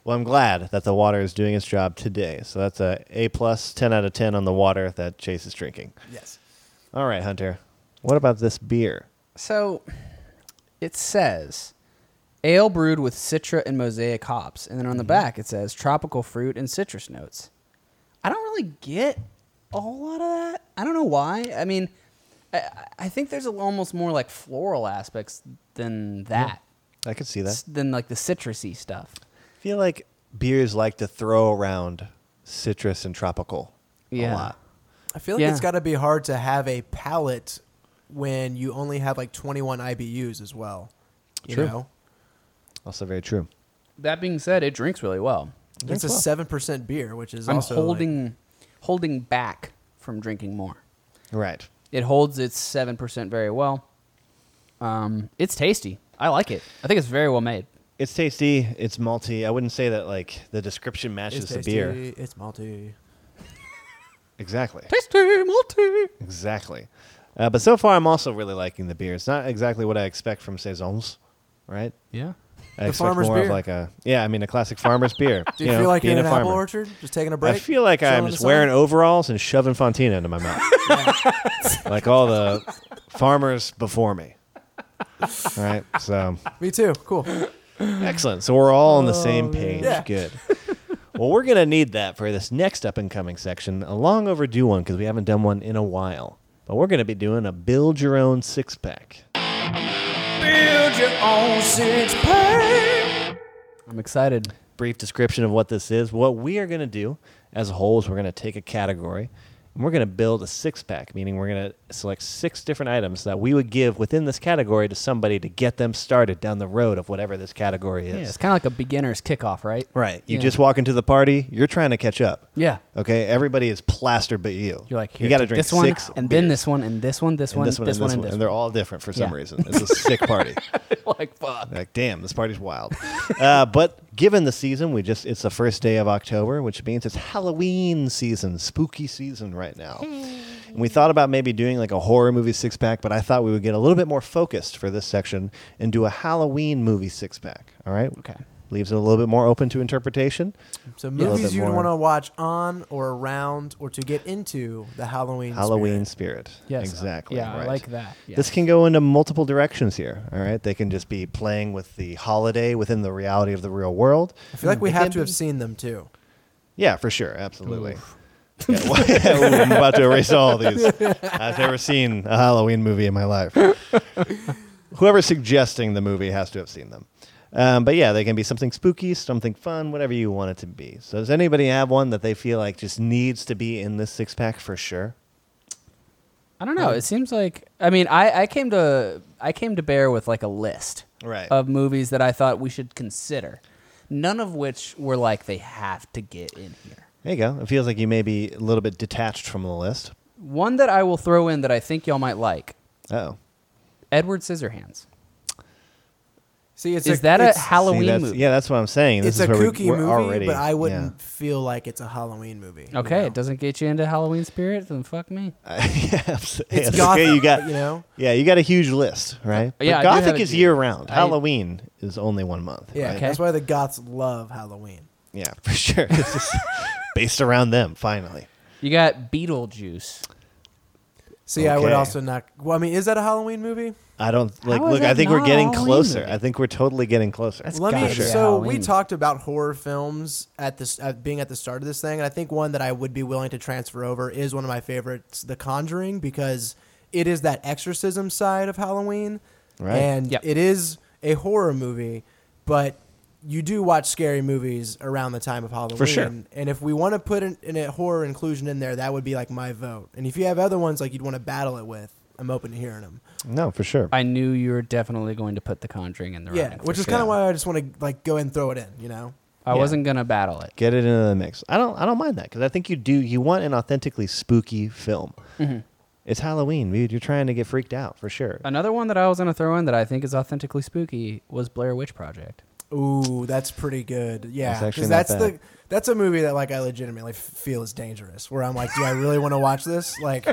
Well, I'm glad that the water is doing its job today. So that's a A plus, ten out of ten on the water that Chase is drinking. Yes. All right, Hunter. What about this beer? So it says ale brewed with citra and mosaic hops, and then on the back it says tropical fruit and citrus notes. I don't really get a whole lot of that. I don't know why. I mean, I, I think there's a- almost more like floral aspects than that, I could see that. s- than like the citrusy stuff. I feel like beers like to throw around citrus and tropical a Yeah. lot. I feel like Yeah. it's got to be hard to have a palate when you only have like 21 IBUs as well. You True. know, Also very true. That being said, it drinks really well. it's a well. seven percent beer, which is I'm also like- holding holding back from drinking more. Right. It holds its seven percent very well. Um, it's tasty. I like it. I think it's very well made. It's tasty. It's malty. I wouldn't say that like the description matches it's the tasty, beer. It's malty. Exactly. Tasty, malty. Exactly. Uh, but so far, I'm also really liking the beer. It's not exactly what I expect from saisons, right? Yeah. I The expect farmer's more of beer. like a yeah. I mean, a classic farmer's beer. Do you, know, feel like you're being in an a apple farmer. orchard, just taking a break? I feel like chilling in I'm the just sun? wearing overalls and shoving Fontina into my mouth, like all the farmers before me. All right, so Me too. Cool. excellent. So we're all on the same page. Oh, Yeah. Good. Well, we're gonna need that for this next up and coming section. A long overdue one because we haven't done one in a while. But we're gonna be doing a build your own six pack. I'm excited. brief description of what this is. What we are going to do as a whole is we're going to take a category and we're going to build a six pack, meaning we're going to select six different items that we would give within this category to somebody to get them started down the road of whatever this category is. Yeah, it's kind of like a beginner's kickoff, right? Right. You Yeah. just walk into the party, you're trying to catch up. Yeah. Okay. Everybody is plastered but you. You're like, you got Here, to take drink this one, six. and beers. then this one, and this one, this And one, this one, and this one, and they're all different for some Yeah. reason. It's a sick party. all like, fuck. Like, damn, this party's wild. uh, but given the season, we just it's the first day of October, which means it's Halloween season, spooky season right now. And we thought about maybe doing like a horror movie six pack, but I thought we would get a little bit more focused for this section and do a Halloween movie six pack. All right. Okay. Leaves it a little bit more open to interpretation. So little bit movies you'd more. want to watch on or around or to get into the Halloween. Halloween spirit. spirit. Yes. Exactly. Yeah, I right. like that. This Yes. can go into multiple directions here. All right. They can just be playing with the holiday within the reality of the real world. I feel like we It have can to have be- seen them too. Yeah, for sure, absolutely. Yeah, well, yeah, ooh, I'm about to erase all these. I've never seen a Halloween movie in my life. Whoever's suggesting the movie has to have seen them. Um, but yeah, they can be something spooky, something fun, whatever you want it to be. So does anybody have one that they feel like just needs to be in this six pack for sure? I don't know. It seems like I mean, I, I came to I came to bear with like a list Right. of movies that I thought we should consider, none of which were like they have to get in here. There you go. It feels like you may be a little bit detached from the list. One that I will throw in that I think y'all might like: Oh, Edward Scissorhands. See, it's is a, that a it's, Halloween that's, movie? Yeah, that's what I'm saying. This It's is a where we- kooky we're movie, already, but I yeah. wouldn't feel like it's a Halloween movie. you Okay, know? it doesn't get you into Halloween spirit, then fuck me. yeah, abs- yes. It's Gothic, you got you know? Yeah, you got a huge list, right? yeah, but I do have Gothic a is huge- year round. I- Halloween is only one month. Yeah, right? Okay. that's why the Goths love Halloween. yeah, for sure. It's just based around them. Finally, You got Beetlejuice. See, I would Okay. also not. Well, I mean, is that a Halloween movie? I don't like. How is Look, I that think we're not getting Halloween closer. movie? I think we're totally getting closer. That's- It's Let me. gotta be a So we Halloween. talked about horror films at this at being at the start of this thing, and I think one that I would be willing to transfer over is one of my favorites, The Conjuring, because it is that exorcism side of Halloween, Right. And Yep. it is a horror movie, but you do watch scary movies around the time of Halloween. sure. And if we want to put in, in a horror inclusion in there, that would be like my vote. And if you have other ones like you'd want to battle it with, I'm open to hearing them. no, for sure. I knew you were definitely going to put The Conjuring in the Yeah, running. for which is sure. kind of why I just want to like go ahead and throw it in. You know, I yeah. wasn't gonna battle it. Get it into the mix. I don't. I don't mind that because I think you do. You want an authentically spooky film. Mm-hmm. It's Halloween, dude. You're trying to get freaked out for sure. Uh, Another one that I was gonna throw in that I think is authentically spooky was Blair Witch Project. Ooh, that's pretty good. Yeah, That's actually because not that's bad. the that's a movie that like I legitimately f- feel is dangerous. Where I'm like, do I really want to watch this? Like,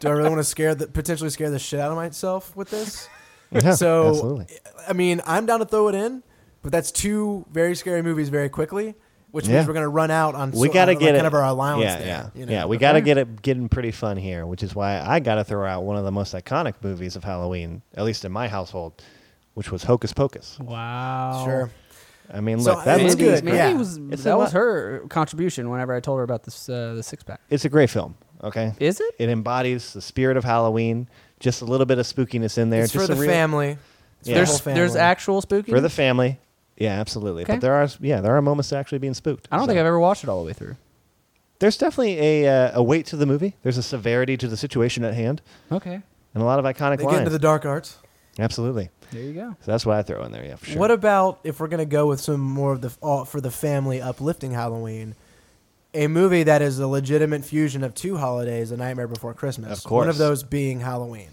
do I really want to scare the potentially scare the shit out of myself with this? Yeah, so absolutely. I mean, I'm down to throw it in, but that's two very scary movies very quickly, which means Yeah. we're gonna run out on. we so- got to on, like, get it. kind of our allowance. Yeah, there, yeah, you know? yeah. We got to get it getting pretty fun here, which is why I got to throw out one of the most iconic movies of Halloween, at least in my household, which was Hocus Pocus. Wow. sure. I mean, So, look, that It's movie Mandy, is good, great. Mandy yeah. was It's that a was lot- her contribution whenever I told her about this uh, the six pack. It's a great film. Okay, Is it? it embodies the spirit of Halloween. Just a little bit of spookiness in there. It's for just the a real- family. It's Yeah. for the There's whole family. there's actual spooky. for the family. Yeah, absolutely. Okay. But there are yeah there are moments to actually being spooked. I don't think I've ever watched it all the way through. There's definitely a uh, a weight to the movie. There's a severity to the situation at hand, Okay. and a lot of iconic they get lines. into the dark arts. absolutely. There you go. So that's what I throw in there. Yeah, for sure. What about if we're gonna go with some more of the uh, for the family uplifting Halloween? A movie that is a legitimate fusion of two holidays, A Nightmare Before Christmas. Of course. One of those being Halloween.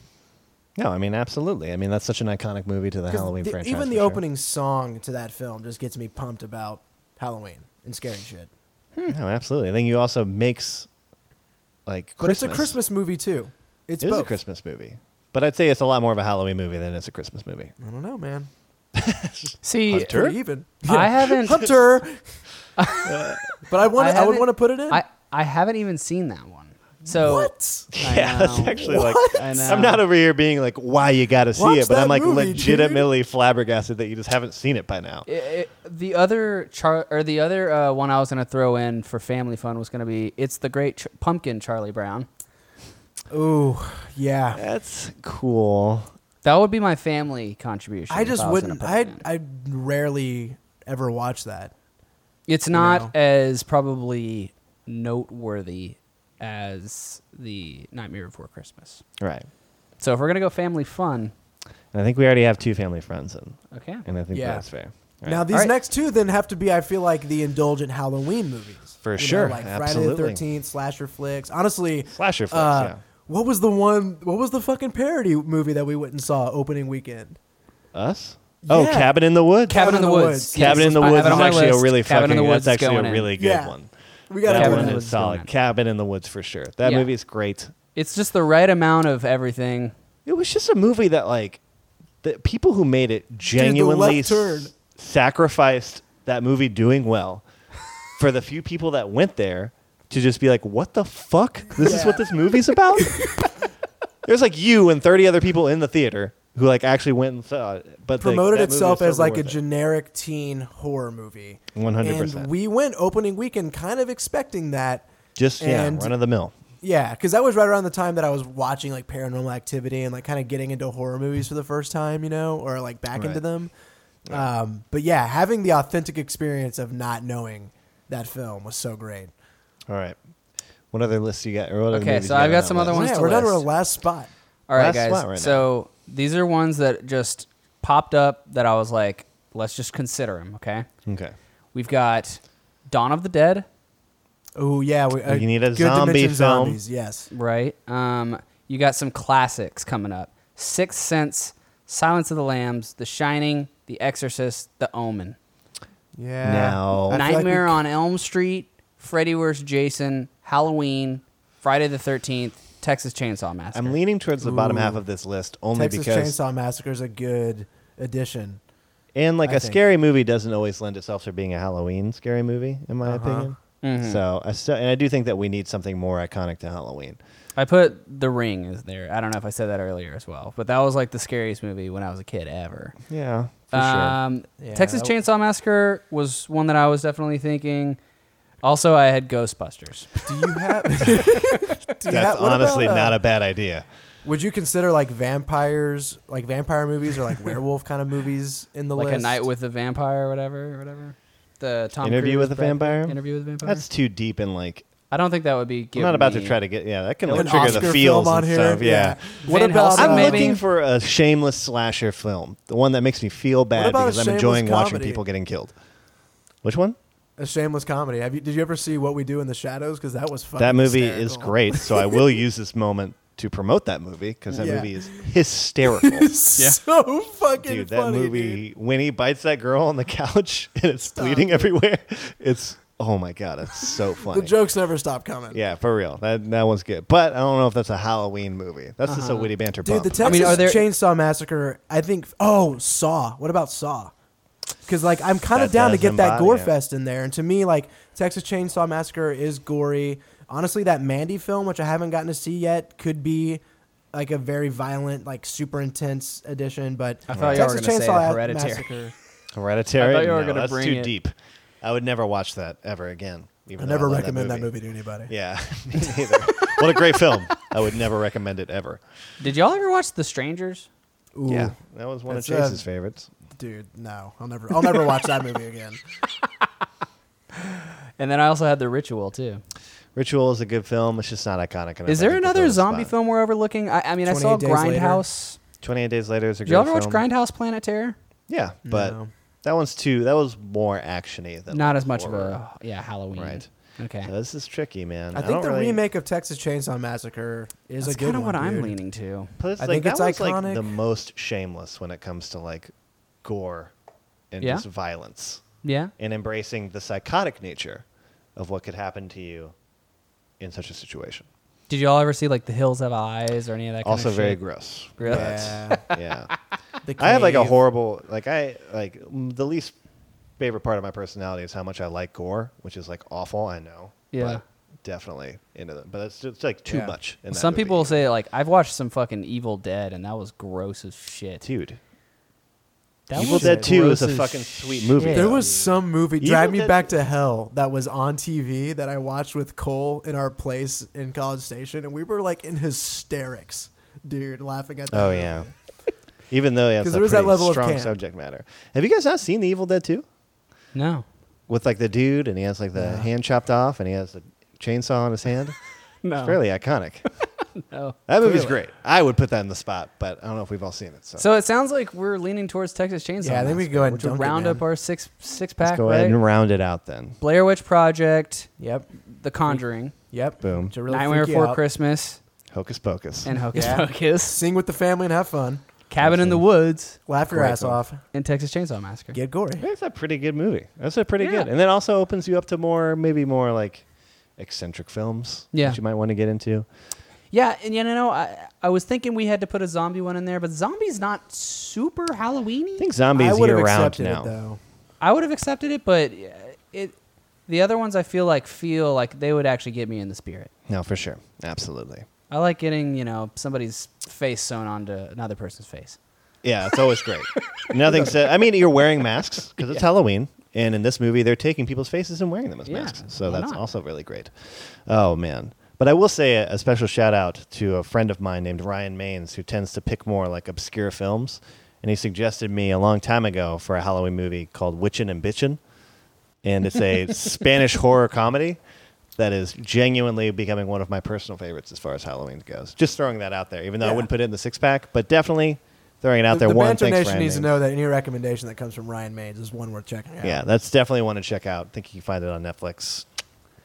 No, I mean absolutely. I mean that's such an iconic movie to the 'Cause Halloween the- franchise. Even for the sure. opening song to that film just gets me pumped about Halloween and scary shit. Hmm. No, absolutely. I think you also makes like But Christmas. it's a Christmas movie too. It's It is both. a Christmas movie, but I'd say it's a lot more of a Halloween movie than it's a Christmas movie. I don't know, man. See, Hunter? Pretty even. I haven't Hunter. but I want. I I, would haven't- want to put it in. I I haven't even seen that one. So what? I yeah, that's know. actually like. I know. I'm not over here being like, why you got to see Watch it, but that I'm like movie, legitimately flabbergasted that you just haven't seen it by now. I- I- the other char or the other uh, one I was gonna throw in for family fun was gonna be it's the Great Ch- Pumpkin Charlie Brown. Ooh, yeah. That's cool. That would be my family contribution. I if just was gonna wouldn't. put I it in. I rarely ever watch that. It's not as probably noteworthy as the Nightmare Before Christmas. Right. So if we're gonna go family fun, And I think we already have two family friends, in, okay. and I think Yeah. that's fair. Right. Now these All right. next two then have to be. I feel like the indulgent Halloween movies For You know, sure. like Friday the Absolutely. Thirteenth slasher flicks. Honestly, Slasher flicks, uh, yeah. What was the one? What was the fucking parody movie that we went and saw opening weekend? Us? Oh, Yeah. Cabin in the Woods. Cabin in the Woods. Yes, Cabin in the I have Woods it is on my actually list. a really Cabin in fucking. the Woods that's is actually going a in. really good Yeah. one. We That gotta Cabin do in one the that. is Woods is solid. going in. Cabin in the Woods for sure. That Yeah. movie is great. It's just the right amount of everything. It was just a movie that like the people who made it genuinely left turn. s- sacrificed that movie doing well for the few people that went there to just be like, "What the fuck? This is Yeah. what this movie's about." There's like you and 30 other people in the theater who like actually went and saw it, but like, Promoted that movie itself was as totally like a worth it. generic teen horror movie. 100%. And we went opening weekend kind of expecting that. just yeah and- run of the mill. Yeah, because that was right around the time that I was watching like Paranormal Activity and like kind of getting into horror movies for the first time, you know, or like back into Right. them. Um, but yeah, having the authentic experience of not knowing that film was so great. All right. What other lists you got? Or what other Okay, movies so you I've on got that some other list? ones yeah, to we're down to list. our last spot. All right, Last guys. spot right now. so these are ones that just popped up that I was like, let's just consider them. Okay, Okay. we've got Dawn of the Dead, Oh yeah, we, uh, You need a Good zombie Dimension film. Zombies, yes. right? Um, you got some classics coming up: Sixth Sense, Silence of the Lambs, The Shining, The Exorcist, The Omen, Yeah. Now- I feel like Nightmare we- on Elm Street, Freddy vs. Jason, Halloween, Friday the Thirteenth, Texas Chainsaw Massacre. I'm leaning towards the bottom Ooh. half of this list only Texas because Chainsaw Massacre is a good addition. and like a I think. scary movie doesn't always lend itself to being a Halloween scary movie in Uh-huh. my opinion. Mhm. So I still and I do think that we need something more iconic to Halloween. I put The Ring is there. I don't know if I said that earlier as well, but that was like the scariest movie when I was a kid ever. Yeah, for Um, Yeah, Texas that w- Chainsaw Massacre was one that I was definitely thinking. Also, I had Ghostbusters. Do you have? do you sure. have- That's what about, honestly uh, not a bad idea. Would you consider like vampires, like vampire movies, or like werewolf kind of movies in the like list? a night with a vampire, or whatever, or whatever. The Tom Interview Cruise, with a Brad Pitt Vampire? Interview with a vampire. That's too deep and like I don't think that would be. I'm Give not about me- to try to get yeah, that can An like, trigger Oscar the film feels on and here? stuff. Yeah. What Van about Helsing, uh, I'm maybe? looking for a shameless slasher film, the one that makes me feel bad about a because I'm shameless enjoying watching comedy? people getting killed. Which one? a shameless comedy? Have you? Did you ever see What We Do in the Shadows? Because that was fucking that movie is hysterical. great, so I will use this moment to promote that movie because that Yeah. movie is hysterical. so fucking dude, that funny, movie dude. when he bites that girl on the couch and it's bleeding everywhere. It's oh my god, it's so funny. The jokes never stop coming. yeah, for real. That that one's good. But I don't know if that's a Halloween movie. That's just a witty banter Uh-huh. bump. Dude, the Texas mean, are there- Chainsaw Massacre. I think. Oh, Saw. What about Saw? Because like I'm kind of That down to does get that embody gore it. fest in there, and to me like Texas Chainsaw Massacre is gory. Honestly, that Mandy film, which I haven't gotten to see yet, could be like a very violent, like super intense edition. But I thought you were Texas gonna say Chainsaw the Hereditary. Massacre. Hereditary. I thought you were no, gonna that's bring too it. deep. I would never watch that ever again. I even though never love recommend that movie. to anybody. Yeah, me neither. what a great film. I would never recommend it ever. Did y'all ever watch The Strangers? Ooh, Yeah, that was one That's, of uh, Chase's favorites. dude, no, I'll never, I'll never watch that movie again. And then I also had The Ritual too. Ritual is a good film. It's just not iconic enough. Is I think, to there fill another the zombie spot. film we're overlooking? I, I mean, I saw 28 Days Later. Grindhouse. Twenty Eight Days Later is a Did good y'all film. ever watch Grindhouse Planet Terror? Yeah, but No. that one's too. That was more actiony than Not as much of horror. a yeah Halloween. Right. Okay. So this is tricky, man. I think don't the really- remake of Texas Chainsaw Massacre is That's a good kind of what one, I'm dude. leaning to. Plus, I like, think that it's one's like iconic. the most shameless when it comes to like gore and Yeah? just violence Yeah. and embracing the psychotic nature of what could happen to you in such a situation. Did y'all ever see like The Hills Have Eyes or any of that? Kind also of very shit? gross. Really? Yeah. But, yeah. The I have like a Cave. horrible like I like m- the least favorite part of my personality is how much I like gore, which is like awful. I know. Yeah. But definitely into them, but it's just like too Yeah. much. In that Some movie. people will say like I've watched some fucking Evil Dead and that was gross as shit. dude. That Evil was Dead Two is gross a as fucking sweet movie. There though. was some movie, Evil Drag Me Dead- Back to Hell, that was on TV that I watched with Cole in our place in College Station, and we were like in hysterics, dude, laughing at that. Oh movie. yeah. Even though yeah, it's 'Cause a there was that pretty level of strong camp. subject matter. Have you guys not seen The Evil Dead Two? No. With like the dude, and he has like the hand chopped off, and he has the chainsaw in his hand. No. It's fairly iconic. No. That movie's great. I would put that in the spot, but I don't know if we've all seen it. So, So it sounds like we're leaning towards Texas Chainsaw. Yeah, I think we can go ahead and Massacre, which dunk will it, round man. up our six six let's pack. go right? ahead and round it out then. Blair Witch Project, Yep. The Conjuring, Yep. Boom. To really Nightmare freak you Before out. Christmas, Hocus Pocus. and Hocus Yeah. Pocus, Sing with the family and have fun. Cabin in the Woods, Laugh your Great ass film. off. and Texas Chainsaw Massacre. Get gory. That's a pretty good movie. That's a pretty Yeah. good. And then also opens you up to more, maybe more like eccentric films Yeah. that you might want to get into. Yeah, and you know, I I was thinking we had to put a zombie one in there, but zombie's not super Halloweeny. I think zombies I would year have round accepted now. it though. I would have accepted it, but uh, it the other ones I feel like feel like they would actually get me in the spirit. No, for sure. Absolutely. I like getting you know somebody's face sewn onto another person's face. Yeah, it's always great. Nothing said. I mean, you're wearing masks because it's Halloween, and in this movie, they're taking people's faces and wearing them as Yeah, masks. So why that's not? also really great. Oh man! But I will say a, a special shout out to a friend of mine named Ryan Maines, who tends to pick more like obscure films, and he suggested me a long time ago for a Halloween movie called Witchin' and Bitchin', and it's a Spanish horror comedy. That is genuinely becoming one of my personal favorites as far as Halloween goes. Just throwing that out there, even though I Yeah. wouldn't put it in the six pack, but definitely throwing it out the, there. the one, Banter thanks, Nation Ryan needs to Maines. know that any recommendation that comes from Ryan Maines is one worth checking out. Yeah, that's definitely one to check out. I think you can find it on Netflix.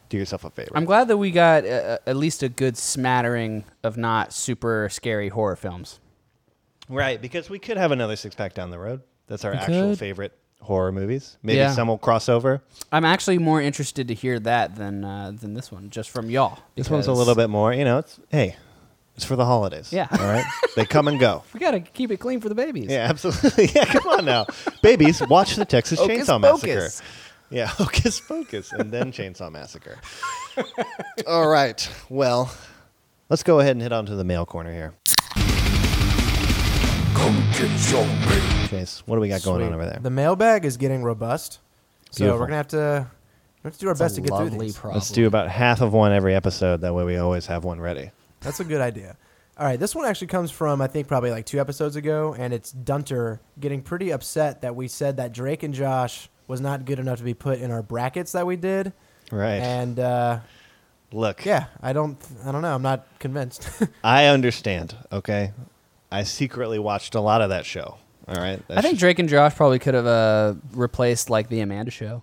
Do yourself a favor. I'm glad that we got uh, at least a good smattering of not super scary horror films. right, because we could have another six pack down the road. That's our We actual could. favorite horror movies. Maybe Yeah. some will cross over. I'm actually more interested to hear that than uh, than this one, just from y'all. This one's a because little bit more, you know, it's hey, it's for the holidays. Yeah. All right. they come and go. We gotta keep it clean for the babies. Yeah, absolutely. Yeah, come on now. Babies, watch the Texas Hocus Chainsaw Pocus. Massacre. Yeah, Hocus Pocus and then Chainsaw Massacre. All right. Well, let's go ahead and hit on to the mail corner here. Chase, what do we got going on Sweet. over there? The mailbag is getting robust, so Beautiful. we're gonna have to, we have to do our It's best a to get through lovely these. problem. Let's do about half of one every episode. That way we always have one ready. That's a good idea. All right, this one actually comes from I think probably like two episodes ago, and it's Dunter getting pretty upset that we said that Drake and Josh was not good enough to be put in our brackets that we did, Right. and uh, Look, yeah, I don't, I don't know, I'm not convinced. I understand, okay? I secretly watched a lot of that show. All right. I think That's- Drake and Josh probably could have uh, replaced like the Amanda Show.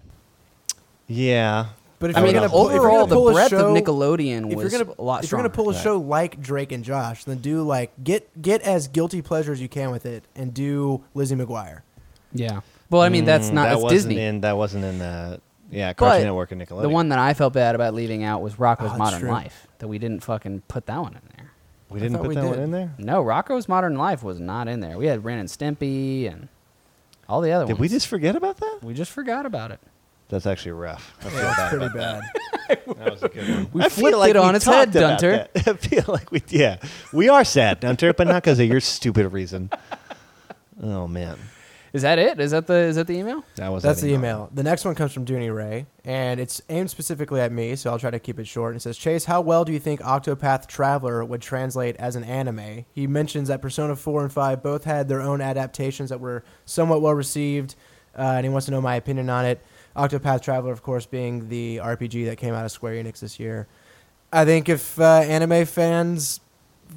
Yeah. But if I you're mean, gonna pull- if you're overall, gonna the pull a breadth show- of Nickelodeon if was you're gonna a lot if you're stronger. gonna pull a show like Drake and Josh, then do like get get as guilty pleasure as you can with it, and do Lizzie McGuire. yeah. Well, I mean, that's Mm, not Mm, that that's wasn't Disney. in that wasn't in the yeah Cartoon But Network and Nickelodeon. The one that I felt bad about leaving out was Oh, Rocco's that's Modern true. Life. That we didn't fucking put that one in there. we didn't thought put we that one did. in there. No, Rocco's Modern Life was not in there. We had Ren and Stimpy and all the other Did ones. we just forget about that? We just forgot about it. That's actually rough. I feel That's bad pretty about that. bad. That was a good one. We flipped it on its head, Dunter. I feel like we, yeah, we are sad, Dunter, but not because of your stupid reason. Oh man, Is that it? Is that the is that the email? that was That's an the email. The next one comes from Dooney Ray, and it's aimed specifically at me, so I'll try to keep it short. And it says, Chase, how well do you think Octopath Traveler would translate as an anime? He mentions that Persona 4 and 5 both had their own adaptations that were somewhat well received, uh, and he wants to know my opinion on it. Octopath Traveler, of course, being the RPG that came out of Square Enix this year. I think if uh, anime fans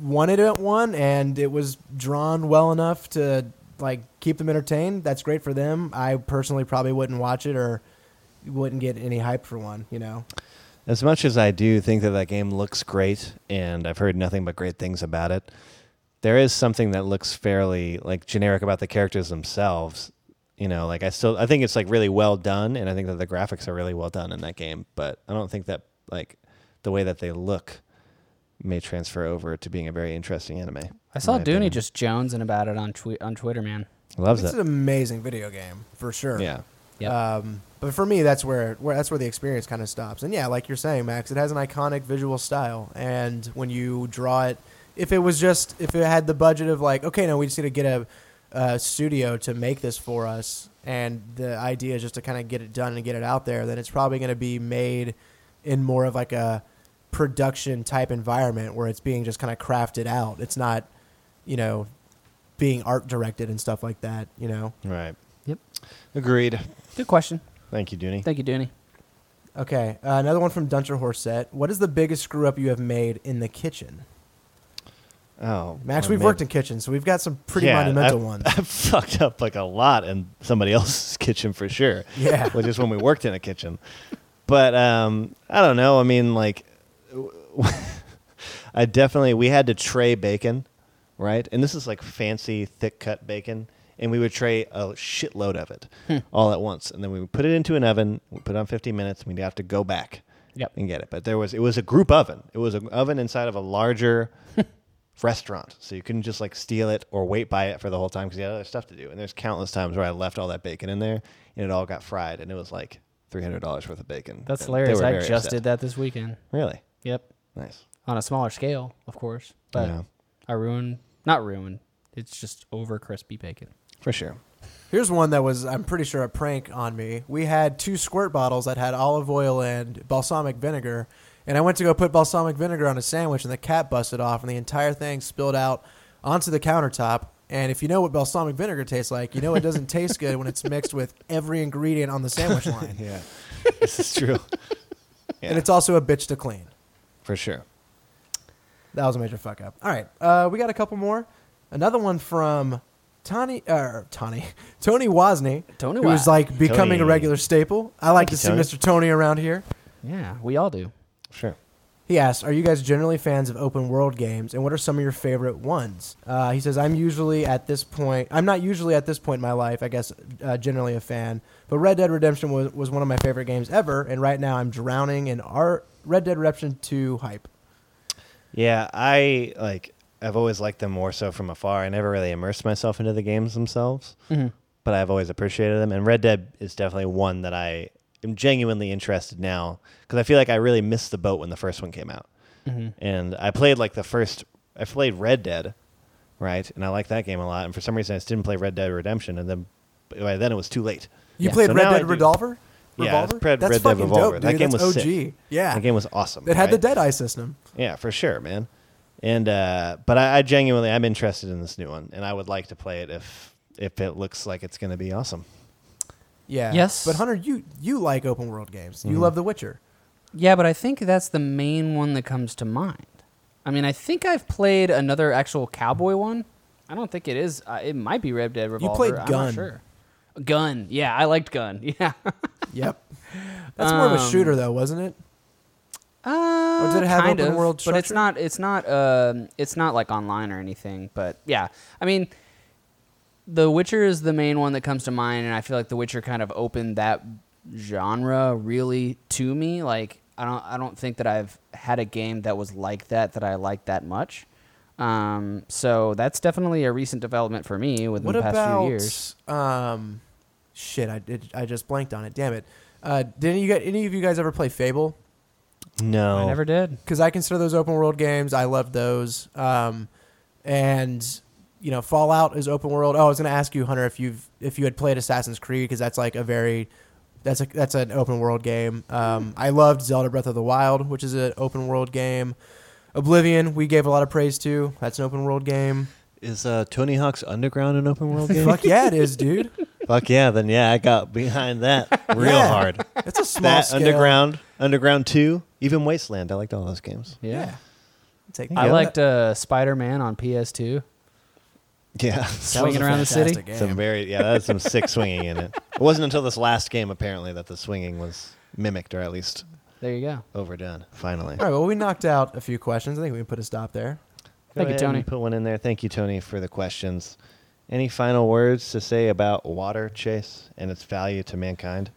wanted it one and it was drawn well enough to like keep them entertained, that's great for them. I personally probably wouldn't watch it or wouldn't get any hype for one, you know. As much as I do think that that game looks great, and I've heard nothing but great things about it, there is something that looks fairly like generic about the characters themselves. You know, like I still I think it's like really well done, and I think that the graphics are really well done in that game. But I don't think that like the way that they look may transfer over to being a very interesting anime. I saw in my Dooney opinion. just jojonesing about it on twi- on Twitter, man. loves It's it. an amazing video game for sure. Yeah. Yep. Um, but for me, that's where, where that's where the experience kind of stops. And yeah, like you're saying, Max, it has an iconic visual style. And when you draw it, if it was just if it had the budget of like, okay, no, we just need to get a, a studio to make this for us, and the idea is just to kind of get it done and get it out there, then it's probably going to be made in more of like a production type environment where it's being just kind of crafted out. It's not, you know, being art directed and stuff like that. You know. Right. Yep. Agreed. Good question. Thank you, Dooney. Thank you, Dooney. Okay, uh, another one from Dunter Horsett. What is the biggest screw up you have made in the kitchen? oh, Max, I we've made- worked in kitchens, so we've got some pretty Yeah, monumental I've- ones. I've fucked up like a lot in somebody else's kitchen for sure. Yeah. Which is when we worked in a kitchen. But um, I don't know. I mean, like, I definitely, we had to tray bacon, right? And this is like fancy, thick cut bacon. And we would tray a shitload of it Hmm. all at once. And then we would put it into an oven, we put it on 15 minutes, and we'd have to go back Yep. and get it. But there was, it was a group oven. It was an oven inside of a larger restaurant. So you couldn't just like steal it or wait by it for the whole time because you had other stuff to do. And there's countless times where I left all that bacon in there and it all got fried and it was like $300 worth of bacon. That's And hilarious. they were I very just upset. did that this weekend. Really? Yep. Nice. On a smaller scale, of course. But Yeah. I ruined, not ruined. It's just over crispy bacon. For sure. Here's one that was, I'm pretty sure, a prank on me. We had two squirt bottles that had olive oil and balsamic vinegar, and I went to go put balsamic vinegar on a sandwich, and the cap busted off, and the entire thing spilled out onto the countertop. And if you know what balsamic vinegar tastes like, you know it doesn't taste good when it's mixed with every ingredient on the sandwich line. Yeah. this is true. And it's also a bitch to clean. For sure. That was a major fuck up. All right, uh, we got a couple more. Another one from Tony, uh, Tony, Tony Wozni, Tony who's Woz. like becoming a Tony. regular staple. I like to you, see Tony. Mr. Tony around here. Yeah, we all do. Sure. He asks, "Are you guys generally fans of open world games, and what are some of your favorite ones?" Uh, he says, "I'm usually at this point. I'm not usually at this point in my life. I guess uh, generally a fan, but Red Dead Redemption was, was one of my favorite games ever, and right now I'm drowning in our Red Dead Redemption 2 hype." Yeah, I like. I've always liked them more so from afar. I never really immersed myself into the games themselves, but I've always appreciated them. And Red Dead is definitely one that I am genuinely interested now because I feel like I really missed the boat when the first one came out. And I played like the first. I played Red Dead, right? And I liked that game a lot. And for some reason, I just didn't play Red Dead Redemption. And then by then it was too late. You Yeah. played So now Red I Dead do. Revolver? Yeah, it's Revolver? Red- That's Red Dead fucking Revolver. Dope, dude. That game That's was OG. sick. Yeah. That game was awesome. It had the right? Deadeye system. Yeah, for sure, man. And uh, but I, I genuinely I'm interested in this new one, and I would like to play it if if it looks like it's going to be awesome. Yeah. Yes. But Hunter, you you like open world games. Mm-hmm. You love The Witcher. Yeah, but I think that's the main one that comes to mind. I mean, I think I've played another actual cowboy one. I don't think it is. Uh, it might be Red Dead Revolver. played I'm not Gun. sure. Gun. Yeah, I liked Gun. Yeah. Yep. That's more of a Um, shooter though, wasn't it? Uh, did it have kind open of, world But it's structure? not. It's not. Um, it's not like online or anything. But yeah, I mean, The Witcher is the main one that comes to mind, and I feel like The Witcher kind of opened that genre really to me. Like I don't. I don't think that I've had a game that was like that that I liked that much. Um, so that's definitely a recent development for me within What the past about few years. um, shit? I did. I just blanked on it. Damn it. Uh, did you get any of you guys ever play Fable? Oh. No. I never did. because I consider those open world games. I love those. Um, and you know, Fallout is open world. Oh, I was going to ask you, Hunter, if you've if you had played Assassin's Creed because that's like a very that's a that's an open world game. Um, I loved Zelda Breath of the Wild, which is an open world game. Oblivion, we gave a lot of praise to. That's an open world game. Is uh, Tony Hawk's Underground an open world game? Fuck yeah, it is, dude. Fuck yeah, then yeah, I got behind that real Yeah. hard. It's a small That scale. Underground, Underground Two, even Wasteland. I liked all those games. Yeah. Yeah, Take I that. liked uh, Spider Man on PS2. Yeah, That was Swinging a around the city. fantastic some game. very yeah, that had some sick swinging in it. It wasn't until this last game apparently that the swinging was mimicked or at least There you go. overdone. Finally, All right, well, we knocked out a few questions. I think we can put a stop there. Go Thank you, ahead Tony. and Put one in there. Thank you, Tony, for the questions. Any final words to say about water, Chase, and its value to mankind?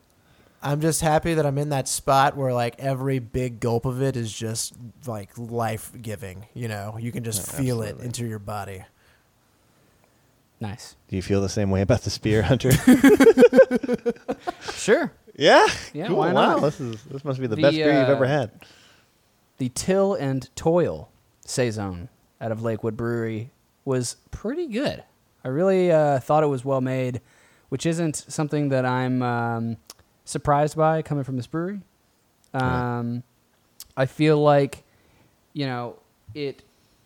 I'm just happy that I'm in that spot where like every big gulp of it is just like life giving. You know, you can just Yeah, feel absolutely. it into your body. Nice. Do you feel the same way about the spear hunter? Sure. yeah. Yeah, why not? Wow, this is this must be the, The, best beer you've uh, ever had. the Till and Toil saison out of Lakewood Brewery was pretty good. I really uh, thought it was well made, which isn't something that I'm um, surprised by coming from this brewery. Um, I feel like, you know, it,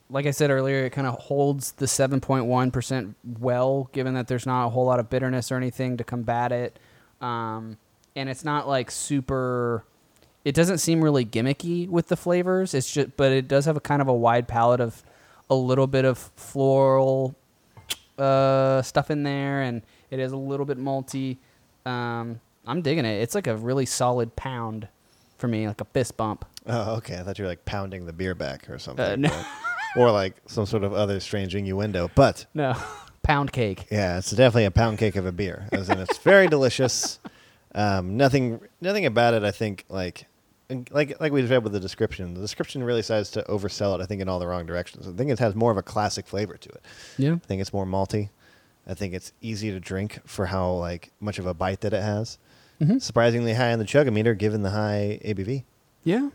like I said earlier, it kind of holds the 7.1% well, given that there's not a whole lot of bitterness or anything to combat it. Um, and it's not like super, it doesn't seem really gimmicky with the flavors. It's just, but it does have a kind of a wide palette of a little bit of floral uh, stuff in there, and it is a little bit malty. Um, I'm digging it. It's like a really solid pound for me, like a fist bump. Oh, okay. I thought you were like pounding the beer back or something. Uh, no. but- or like some sort of other strange innuendo. But No, pound cake. yeah, it's definitely a pound cake of a beer. As in, it's very delicious. Um, nothing, nothing about it. I think like, like, like we read with the description. The description really decides to oversell it. I think in all the wrong directions. I think it has more of a classic flavor to it. Yeah. I think it's more malty. I think it's easy to drink for how like much of a bite that it has. Mm-hmm. Surprisingly high on the chugometer, given the high ABV. Yeah.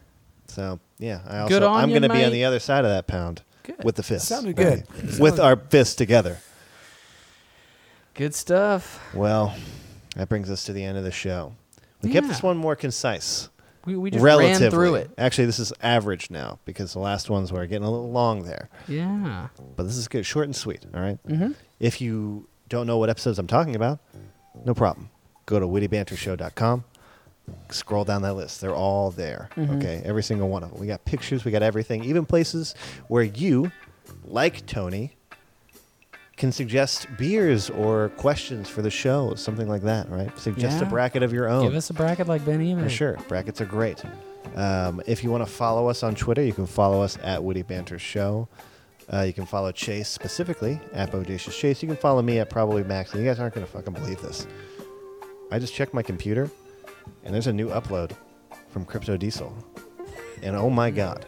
So yeah, I Good also I'm on going to ya, be on mate. the other side of that pound Good. with the fist. Sounded good. With our fists together. Good stuff. Well, that brings us to the end of the show. We kept this Yeah. one more concise. We, we just relatively. ran through it. Actually, this is average now because the last ones were getting a little long there. Yeah. But this is good, short and sweet. All Mm-hmm. If you don't know what episodes I'm talking about, no problem. Go to wittybantershow.com. Scroll down that list. They're all there. Mm-hmm. Okay, every single one of them. We got pictures. We got everything. Even places where you, like Tony, can suggest beers or questions for the show, something like that. Right? Suggest a Yeah. bracket of your own. Give us a bracket like Ben Eman. Oh. For sure. Brackets are great. Um, if you want to follow us on Twitter, you can follow us at Witty Banter Show. Uh, you can follow Chase specifically at Bodacious Chase. You can follow me at Probably Max. And you guys aren't going to fucking believe this. I just checked my computer and there's a new upload from Crypto Diesel. And oh my God,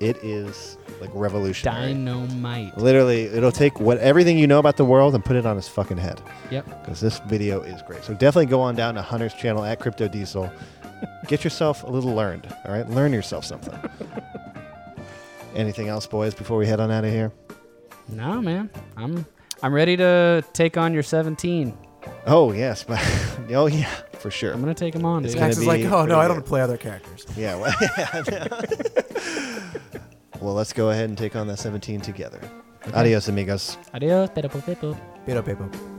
it is like revolutionary. Dynamite. Literally, it'll take what everything you know about the world and put it on his fucking head Yep. because this video is great. So definitely go on down to Hunter's channel at Crypto Diesel. Get yourself a little learned, all right? Learn yourself something. Anything else, boys, before we head on out of here? No, man. I'm I'm ready to take on your 17. Oh, yes. but- oh, yeah, for sure. I'm going to take him on, It's dude. gonna Max is like, be oh no, I pretty don't good. play other characters. Yeah. Well, well, let's go ahead and take on that 17 together. Adios, amigos. Adios. Pedo, pedo, pedo. Beto Pepo.